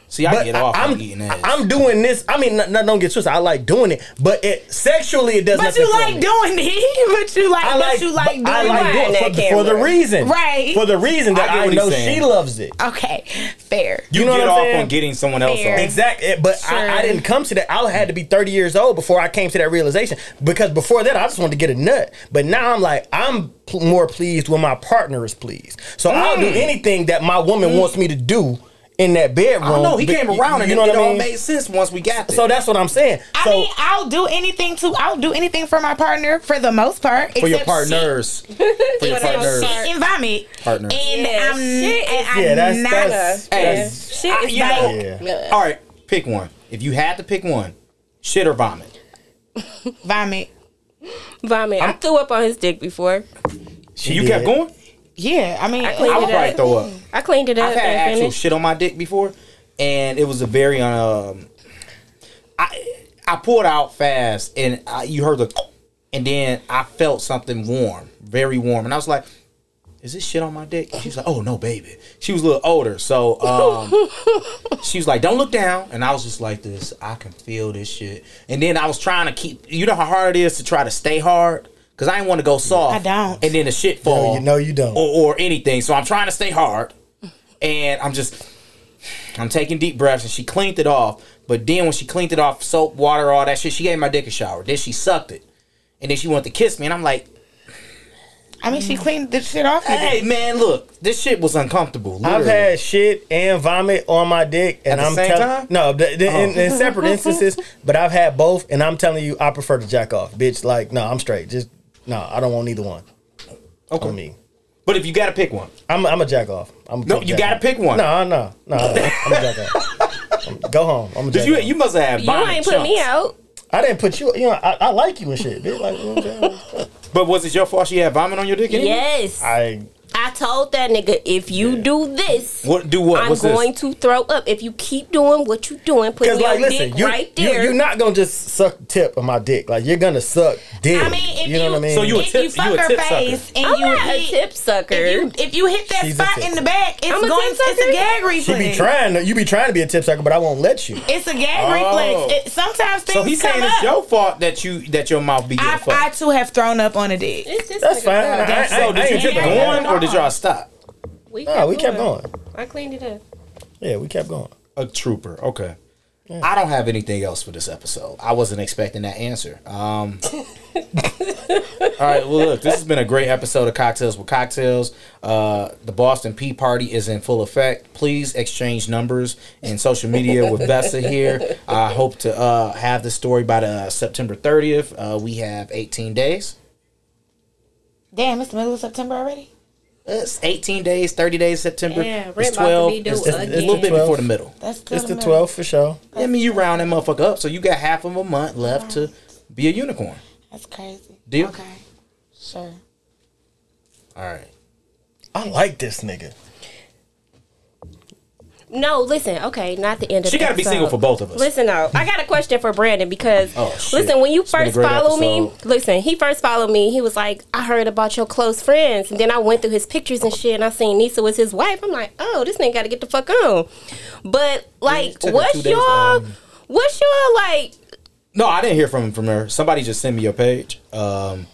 Speaker 2: see, I
Speaker 5: but
Speaker 2: get off
Speaker 5: I,
Speaker 2: on
Speaker 5: am
Speaker 2: eating ass.
Speaker 5: I'm doing this. I mean, n- n- don't get twisted. I like doing it, but it sexually it does.
Speaker 3: But
Speaker 5: nothing
Speaker 3: you
Speaker 5: for
Speaker 3: like
Speaker 5: me.
Speaker 3: doing it, *laughs* but you like,
Speaker 5: I
Speaker 3: but
Speaker 5: like,
Speaker 3: you like doing
Speaker 5: I like
Speaker 3: it.
Speaker 5: doing
Speaker 4: that
Speaker 5: it for, for the
Speaker 4: camera.
Speaker 5: reason,
Speaker 3: Right.
Speaker 5: For the reason that
Speaker 2: I get
Speaker 5: I,
Speaker 2: what he's
Speaker 5: know she
Speaker 2: saying.
Speaker 5: loves it.
Speaker 3: Okay, fair.
Speaker 2: you,
Speaker 5: know
Speaker 2: get
Speaker 5: what I'm
Speaker 2: off
Speaker 5: saying?
Speaker 2: on getting someone else
Speaker 3: Fair.
Speaker 2: off.
Speaker 5: Exactly, eh, but
Speaker 3: Sure.
Speaker 5: I, I didn't come to that. I had to be 30 years old before I came to that realization because before that I just wanted to get a nut. But now I'm like I'm pl- more pleased when my partner is pleased. So I'll do anything that my woman wants me to do in that bedroom.
Speaker 2: I don't know. Oh, He
Speaker 5: But
Speaker 2: came
Speaker 5: y-
Speaker 2: around and
Speaker 5: you know
Speaker 2: it,
Speaker 5: what I
Speaker 2: all
Speaker 5: mean.
Speaker 2: made sense once we got there.
Speaker 5: so that's what I'm saying.
Speaker 3: I
Speaker 5: so
Speaker 3: mean, I'll do anything to I'll do anything for my partner for the most part.
Speaker 2: for your
Speaker 3: except
Speaker 2: partners, for your
Speaker 4: What else?
Speaker 2: partners.
Speaker 3: shit and vomit.
Speaker 2: Partners.
Speaker 3: And
Speaker 4: Yeah,
Speaker 3: I'm,
Speaker 4: shit
Speaker 3: and I'm
Speaker 5: yeah, that's
Speaker 3: not
Speaker 5: that's,
Speaker 2: Hey,
Speaker 5: that's-
Speaker 4: Shit
Speaker 2: I-
Speaker 4: is
Speaker 2: you
Speaker 4: like,
Speaker 2: know- all right, pick one. If you had to pick one, shit or vomit.
Speaker 3: vomit.
Speaker 4: vomit. i threw up on his dick before.
Speaker 5: she
Speaker 2: you
Speaker 5: did.
Speaker 2: kept going.
Speaker 3: Yeah, I mean,
Speaker 4: I cleaned
Speaker 2: I
Speaker 4: it
Speaker 2: would
Speaker 4: up.
Speaker 2: probably throw up.
Speaker 4: I cleaned it up.
Speaker 2: I've had
Speaker 4: and
Speaker 2: actual
Speaker 4: finished.
Speaker 2: shit on my dick before, and it was a very um. I I pulled out fast, and I, you heard the, and then I felt something warm, very warm, and I was like, "Is this shit on my dick?" She was like, "Oh no, baby." She was a little older, so um,
Speaker 4: *laughs*
Speaker 2: she was like, "Don't look down," and I was just like, "This, I can feel this shit," and then I was trying to keep. You know how hard it is to try to stay hard. Cause I didn't want to go soft.
Speaker 3: I don't.
Speaker 2: And then the shit fall.
Speaker 5: No, you- no, you don't.
Speaker 2: Or, or anything. So I'm trying to stay hard and I'm just I'm taking deep breaths and she cleaned it off. But then when she cleaned it off, soap, water, all that shit, she gave my dick a shower. Then she sucked it. And then she wanted to kiss me. And I'm like,
Speaker 3: I mean, she cleaned the shit off. me.
Speaker 2: hey man, look, this shit was uncomfortable.
Speaker 5: I've
Speaker 2: literally.
Speaker 5: had shit and vomit on my dick, and
Speaker 2: At the
Speaker 5: I'm
Speaker 2: same
Speaker 5: tell-
Speaker 2: time? Oh.
Speaker 5: No, th- th- in, in
Speaker 2: *laughs*
Speaker 5: separate instances, but I've had both, and I'm telling you, I prefer to jack off, bitch. Like, no, I'm straight. Just no, I don't want either one.
Speaker 2: Okay.
Speaker 5: On me,
Speaker 2: But if you gotta pick one.
Speaker 5: I'm, I'm a jack off. I'm a
Speaker 2: No,
Speaker 5: jack
Speaker 2: you gotta
Speaker 5: off.
Speaker 2: pick one.
Speaker 5: No, no, no. I don't. I'm a jack off. I'm- Go home. I'm a
Speaker 2: Did
Speaker 5: jack
Speaker 2: you
Speaker 5: off.
Speaker 2: you must have had
Speaker 4: You
Speaker 2: vomit
Speaker 4: ain't put me
Speaker 2: chunks.
Speaker 4: out.
Speaker 5: I didn't put you. You know, I, I like you and shit, bitch. Like, you know what I'm saying?
Speaker 2: *laughs* But was it your fault she had vomit on your dick anyway?
Speaker 4: Yes, I,
Speaker 5: I
Speaker 4: told that nigga if you do this.
Speaker 2: What do what?
Speaker 4: I'm
Speaker 2: What's
Speaker 4: going
Speaker 2: this?
Speaker 4: to throw up if you keep doing what you doing. Put
Speaker 5: because
Speaker 4: your
Speaker 5: like, listen,
Speaker 4: dick
Speaker 5: you,
Speaker 4: right
Speaker 5: you
Speaker 4: there.
Speaker 5: you're not gonna just suck tip of my dick. Like, you're gonna suck dick.
Speaker 3: I mean, if
Speaker 5: you know
Speaker 3: you,
Speaker 5: what I mean.
Speaker 2: So you a
Speaker 3: if
Speaker 2: tip-
Speaker 3: you fuck
Speaker 2: you a
Speaker 3: her
Speaker 2: tip
Speaker 3: face and
Speaker 4: I'm
Speaker 3: you
Speaker 4: not
Speaker 3: hit,
Speaker 4: a tip sucker.
Speaker 3: if you if you hit that
Speaker 5: She's a
Speaker 3: spot
Speaker 5: tip
Speaker 3: in the
Speaker 5: sucker.
Speaker 3: back, it's
Speaker 4: I'm a
Speaker 3: going.
Speaker 4: tip
Speaker 3: It's a
Speaker 4: sucker.
Speaker 3: gag reflex.
Speaker 5: She be trying to. You be trying to be a tip sucker, but I won't let you.
Speaker 3: It's a gag
Speaker 2: Oh.
Speaker 3: reflex. It, sometimes things
Speaker 2: So he's
Speaker 3: come
Speaker 2: saying
Speaker 3: up.
Speaker 2: it's your fault that you that your mouth be getting
Speaker 3: I, I
Speaker 2: fucked.
Speaker 3: too have thrown up on a dick.
Speaker 4: It's just
Speaker 5: That's
Speaker 4: like a
Speaker 5: fine. I-
Speaker 4: thug.
Speaker 5: I-
Speaker 2: So did you
Speaker 5: ain't
Speaker 2: keep
Speaker 5: tripping on
Speaker 2: going
Speaker 5: that.
Speaker 2: or did y'all stop?
Speaker 4: we kept
Speaker 5: No, we kept going.
Speaker 4: I cleaned it up.
Speaker 5: Yeah, we kept going.
Speaker 2: A trooper. Okay. I don't have anything else for this episode. I wasn't expecting that answer. Um, *laughs* all right. Well, look, this has been a great episode of Cocktails with Cocktails. Uh, the Boston Pea Party is in full effect. Please exchange numbers and social media with Bessa here. I hope to uh, have this story by the, uh, September 30th. Uh, we have 18 days.
Speaker 3: Damn, it's the middle of September already.
Speaker 2: It's 18 days, 30 days, September.
Speaker 4: Yeah, we're
Speaker 2: it's
Speaker 4: about to
Speaker 2: 12.
Speaker 4: be due
Speaker 2: It's, it's a
Speaker 5: again.
Speaker 2: little bit before the middle.
Speaker 3: That's still
Speaker 5: It's the
Speaker 3: middle.
Speaker 5: 12th for sure.
Speaker 2: I mean, you round that motherfucker up, so you got half of a month left to be a unicorn.
Speaker 3: That's crazy.
Speaker 2: Deal?
Speaker 3: Okay, sure.
Speaker 2: All right.
Speaker 5: I like this nigga.
Speaker 4: No, listen. Okay, not the end of.
Speaker 2: She
Speaker 4: the
Speaker 2: gotta be
Speaker 4: episode.
Speaker 2: single for both of us.
Speaker 4: Listen, though, I got a question for Brandon because
Speaker 2: Oh, shit.
Speaker 4: listen, when you
Speaker 2: It's been a
Speaker 4: first
Speaker 2: great
Speaker 4: follow me,
Speaker 2: episode.
Speaker 4: listen, he first followed me. He was like, "I heard about your close friends," and then I went through his pictures and shit, and I seen Nisa was his wife. I'm like, "Oh, this nigga got to get the fuck on." But like,
Speaker 2: it took her two
Speaker 4: what's
Speaker 2: days um, to
Speaker 4: your,
Speaker 2: add me.
Speaker 4: what's your like?
Speaker 2: No, I didn't hear from from her. Somebody just sent me your page. Um,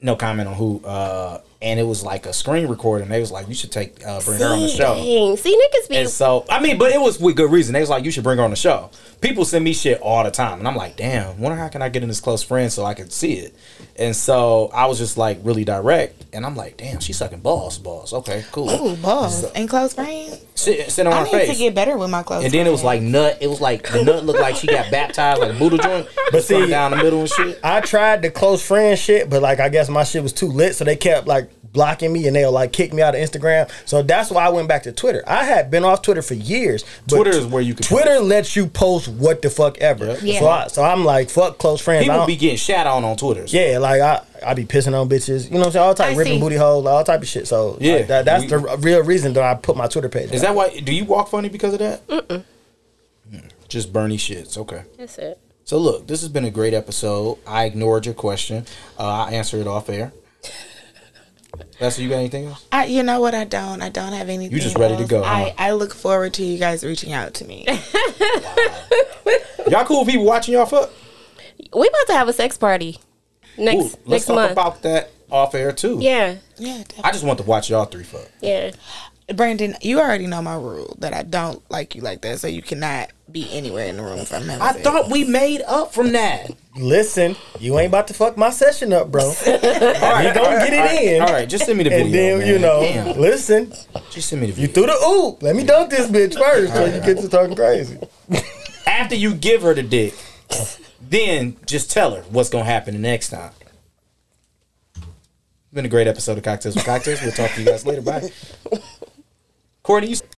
Speaker 2: no comment on who. Uh, and it was like a screen recording. They was like, you should take uh, bring her on the
Speaker 4: See,
Speaker 2: show.
Speaker 4: dang, see, niggas be
Speaker 2: And so, I mean, but it was with good reason. They was like, you should bring her on the show. People send me shit all the time. And I'm like, damn, wonder how can I get in this close friend so I can see it. And so I was just like really direct. And I'm like, damn, she's sucking balls, balls. Okay, cool.
Speaker 3: Ooh, balls and close friends.
Speaker 2: Sit, sit on
Speaker 3: I
Speaker 2: her
Speaker 3: need
Speaker 2: face.
Speaker 3: to get better with my close.
Speaker 2: and then it was like nut. It was like the nut looked like she got baptized like a Buddha joint. But
Speaker 5: see-
Speaker 2: see, down the middle and shit.
Speaker 5: I tried the close friend shit, but like I guess my shit was too lit, so they kept like blocking me and they'll like kick me out of Instagram. So that's why I went back to Twitter. I had been off Twitter for years. But
Speaker 2: Twitter is where you can
Speaker 5: Twitter lets you post what the fuck ever.
Speaker 3: Yeah.
Speaker 5: So, I, so I'm like fuck close friends. I
Speaker 2: People
Speaker 5: don't-
Speaker 2: be getting shat on on Twitter.
Speaker 5: yeah, like I, I be pissing on bitches, you know what I'm saying? All type
Speaker 3: I
Speaker 5: ripping
Speaker 3: see.
Speaker 5: booty holes, like, all type of shit. So like,
Speaker 2: Yeah.
Speaker 5: that, that's
Speaker 2: We-
Speaker 5: the r- real reason that I put my Twitter page.
Speaker 2: Is
Speaker 5: back.
Speaker 2: that why? Do you walk funny because of that? Mm-mm. Just Bernie shits. Okay.
Speaker 4: That's it.
Speaker 2: So look, this has been a great episode. I ignored your question. Uh, I answered it off air. Lester, you got anything else?
Speaker 3: I, you know what? I don't. I don't have anything.
Speaker 2: just ready to
Speaker 3: else.
Speaker 2: go, huh?
Speaker 3: I, I look forward to you guys reaching out to *laughs* me.
Speaker 2: Y'all cool with people watching y'all fuck?
Speaker 4: We about to have a sex party
Speaker 2: Ooh,
Speaker 4: next
Speaker 2: let's
Speaker 4: next
Speaker 2: talk
Speaker 4: month.
Speaker 2: about that off air too.
Speaker 4: yeah,
Speaker 3: yeah,
Speaker 2: I
Speaker 3: definitely.
Speaker 2: just want to watch y'all three fuck.
Speaker 4: yeah.
Speaker 3: Brandon, you already know my rule that I don't like you like that, so you cannot be anywhere in the room from him.
Speaker 2: I thought we made up from that.
Speaker 5: Listen, you ain't about to fuck my session
Speaker 2: *laughs*
Speaker 5: up, bro.
Speaker 2: All right,
Speaker 5: gonna get it in.
Speaker 2: All right, just send me the video.
Speaker 5: *laughs* and then
Speaker 2: man.
Speaker 5: you know,
Speaker 2: Damn,
Speaker 5: listen.
Speaker 2: just send me the video.
Speaker 5: You threw the oop. Let me dunk this bitch first so you get to talking crazy.
Speaker 2: After you give her the dick, then just tell her what's gonna happen the next time.
Speaker 5: *laughs*
Speaker 2: It's been a great episode of Cocktails with Cocktails. We'll talk to you guys later. Bye. Courtney, you